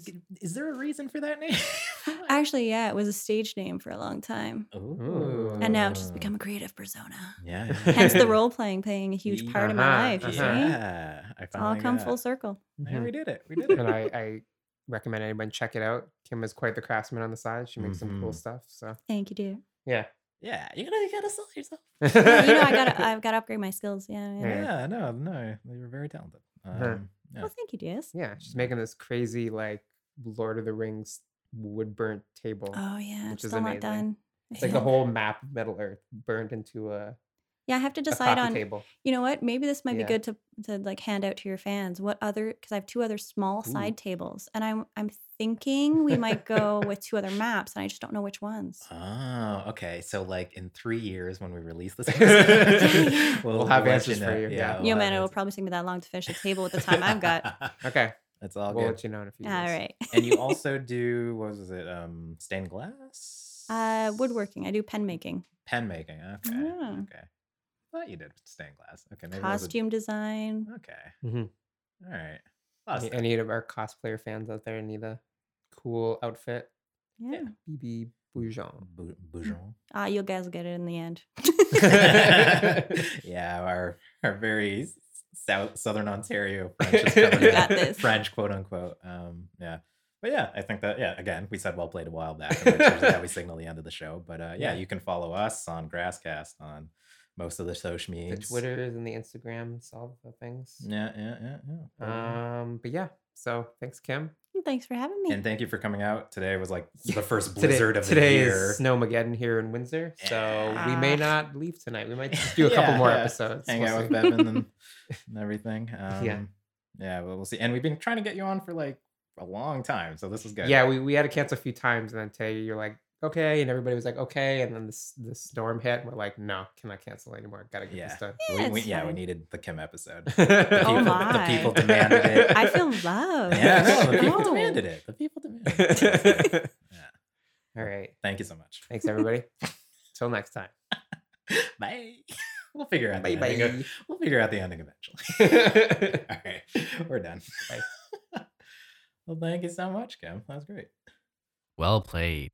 [SPEAKER 2] D- Is there a reason for that name?
[SPEAKER 4] Actually, yeah, it was a stage name for a long time,
[SPEAKER 2] Ooh.
[SPEAKER 4] and now it's
[SPEAKER 3] Uh.
[SPEAKER 4] just become a creative persona.
[SPEAKER 2] Yeah. yeah.
[SPEAKER 4] Hence the role playing playing a huge part of my life.
[SPEAKER 3] Uh-huh,
[SPEAKER 4] You see,
[SPEAKER 3] uh-huh.
[SPEAKER 4] it's
[SPEAKER 2] Yeah, I
[SPEAKER 4] all
[SPEAKER 2] finally
[SPEAKER 4] come
[SPEAKER 2] got
[SPEAKER 4] full
[SPEAKER 2] it.
[SPEAKER 4] circle.
[SPEAKER 2] Yeah, we
[SPEAKER 3] Mhm.
[SPEAKER 2] did it. We did it.
[SPEAKER 3] and I, I recommend anyone check it out. Kim is quite the craftsman on the side. She makes some cool
[SPEAKER 4] Mm-hmm.
[SPEAKER 2] Mhm.
[SPEAKER 3] stuff. So
[SPEAKER 4] Thank you, dear.
[SPEAKER 3] yeah.
[SPEAKER 2] Yeah, you gotta you gotta sell yourself.
[SPEAKER 4] Well, you know, I gotta, I've got to upgrade my skills. Yeah, yeah.
[SPEAKER 3] Yeah.
[SPEAKER 2] Yeah, no, no, you were very talented. Um,
[SPEAKER 3] Huh.
[SPEAKER 2] yeah.
[SPEAKER 4] Well, thank you, dears.
[SPEAKER 3] yeah, she's making this crazy like Lord of the Rings wood burnt table.
[SPEAKER 4] Oh yeah,
[SPEAKER 3] Which
[SPEAKER 4] it's
[SPEAKER 3] is
[SPEAKER 4] still
[SPEAKER 3] amazing.
[SPEAKER 4] not done.
[SPEAKER 3] It's like a whole map of Middle Earth burned into a,
[SPEAKER 4] yeah, I have to
[SPEAKER 3] a
[SPEAKER 4] decide
[SPEAKER 3] coffee
[SPEAKER 4] on.
[SPEAKER 3] table.
[SPEAKER 4] You know what? Maybe this might
[SPEAKER 3] Yeah.
[SPEAKER 4] be good to to like hand out to your fans. What other? Because I have two other small
[SPEAKER 3] Ooh.
[SPEAKER 4] side tables, and I'm I'm thinking we might go with two other maps, and I just don't know which ones.
[SPEAKER 2] Oh, okay. So, like in three years when we release this,
[SPEAKER 3] yeah.
[SPEAKER 2] we'll,
[SPEAKER 3] We'll have
[SPEAKER 2] let
[SPEAKER 3] answers for
[SPEAKER 2] know.
[SPEAKER 3] you, yeah.
[SPEAKER 4] Yo,
[SPEAKER 2] we'll
[SPEAKER 4] man,
[SPEAKER 2] have
[SPEAKER 4] it will
[SPEAKER 2] answers.
[SPEAKER 4] probably take me that long to finish a table with the time I've got.
[SPEAKER 3] Okay,
[SPEAKER 2] That's all
[SPEAKER 3] we'll
[SPEAKER 2] good.
[SPEAKER 3] let you know in a few.
[SPEAKER 4] All right.
[SPEAKER 2] and you also do what was it? Um, stained glass.
[SPEAKER 4] Uh, woodworking. I do pen making,
[SPEAKER 2] Pen making. Okay.
[SPEAKER 4] Yeah.
[SPEAKER 2] Okay. Thought you did stained glass. Okay. Maybe it was a-
[SPEAKER 4] costume design.
[SPEAKER 2] Okay.
[SPEAKER 3] Mhm.
[SPEAKER 2] All right. A lot of
[SPEAKER 3] Any,
[SPEAKER 2] stuff.
[SPEAKER 3] any of our cosplayer fans out there need a cool outfit?
[SPEAKER 4] Yeah.
[SPEAKER 3] BB Boujon.
[SPEAKER 2] Bou- bougeon.
[SPEAKER 4] Ah, you guys will get it in the end.
[SPEAKER 2] yeah, our our very s- south southern Ontario French is coming
[SPEAKER 3] You
[SPEAKER 2] out.
[SPEAKER 4] got this.
[SPEAKER 2] French, quote unquote. Um, yeah. But yeah, I think that yeah, again, we said well played a while back. And that's usually how we signal the end of the show. But uh, yeah,
[SPEAKER 3] Yeah.
[SPEAKER 2] you can follow us on Grasscast on most of the social media.
[SPEAKER 3] The Twitters and the Instagrams, all the things.
[SPEAKER 2] Yeah, yeah, yeah, yeah.
[SPEAKER 3] Um, but yeah. So thanks, Kim.
[SPEAKER 4] Thanks for having me.
[SPEAKER 2] and thank you for coming out. Today was like
[SPEAKER 3] Yeah,
[SPEAKER 2] the first
[SPEAKER 3] Today-
[SPEAKER 2] blizzard of
[SPEAKER 3] today
[SPEAKER 2] the year.
[SPEAKER 3] is Snowmageddon here in Windsor, so we
[SPEAKER 4] Ah.
[SPEAKER 3] may not leave tonight. We might just do a couple
[SPEAKER 2] Yeah,
[SPEAKER 3] more
[SPEAKER 2] yeah.
[SPEAKER 3] episodes.
[SPEAKER 2] hang
[SPEAKER 3] We'll
[SPEAKER 2] out
[SPEAKER 3] see.
[SPEAKER 2] with Bevan and, and everything. Um,
[SPEAKER 3] Yeah.
[SPEAKER 2] yeah, yeah, but we'll see. And we've been trying to get you on for like a long time, so this is good.
[SPEAKER 3] Yeah, we, we had to cancel a few times, and then today you're like, okay, and everybody was like, okay, and then this the storm hit, and we're like, no, cannot cancel anymore. Gotta get
[SPEAKER 2] Yeah.
[SPEAKER 3] this done.
[SPEAKER 2] we,
[SPEAKER 4] Yeah,
[SPEAKER 2] we,
[SPEAKER 4] it's
[SPEAKER 2] yeah, we
[SPEAKER 4] fine.
[SPEAKER 2] needed the Kim episode. The
[SPEAKER 4] Oh
[SPEAKER 2] people,
[SPEAKER 4] my.
[SPEAKER 2] the people demanded it.
[SPEAKER 4] I feel loved.
[SPEAKER 2] yeah, no, the people
[SPEAKER 4] No.
[SPEAKER 2] demanded it. The people demanded it.
[SPEAKER 3] All
[SPEAKER 2] Yeah.
[SPEAKER 3] right.
[SPEAKER 2] Thank you so much.
[SPEAKER 3] Thanks, everybody. Till next time.
[SPEAKER 2] Bye. We'll figure out.
[SPEAKER 3] Bye
[SPEAKER 2] the ending of-
[SPEAKER 3] bye.
[SPEAKER 2] we'll figure out the ending eventually. All right, we're done. well, thank you so much, Kim. That was great.
[SPEAKER 1] Well played.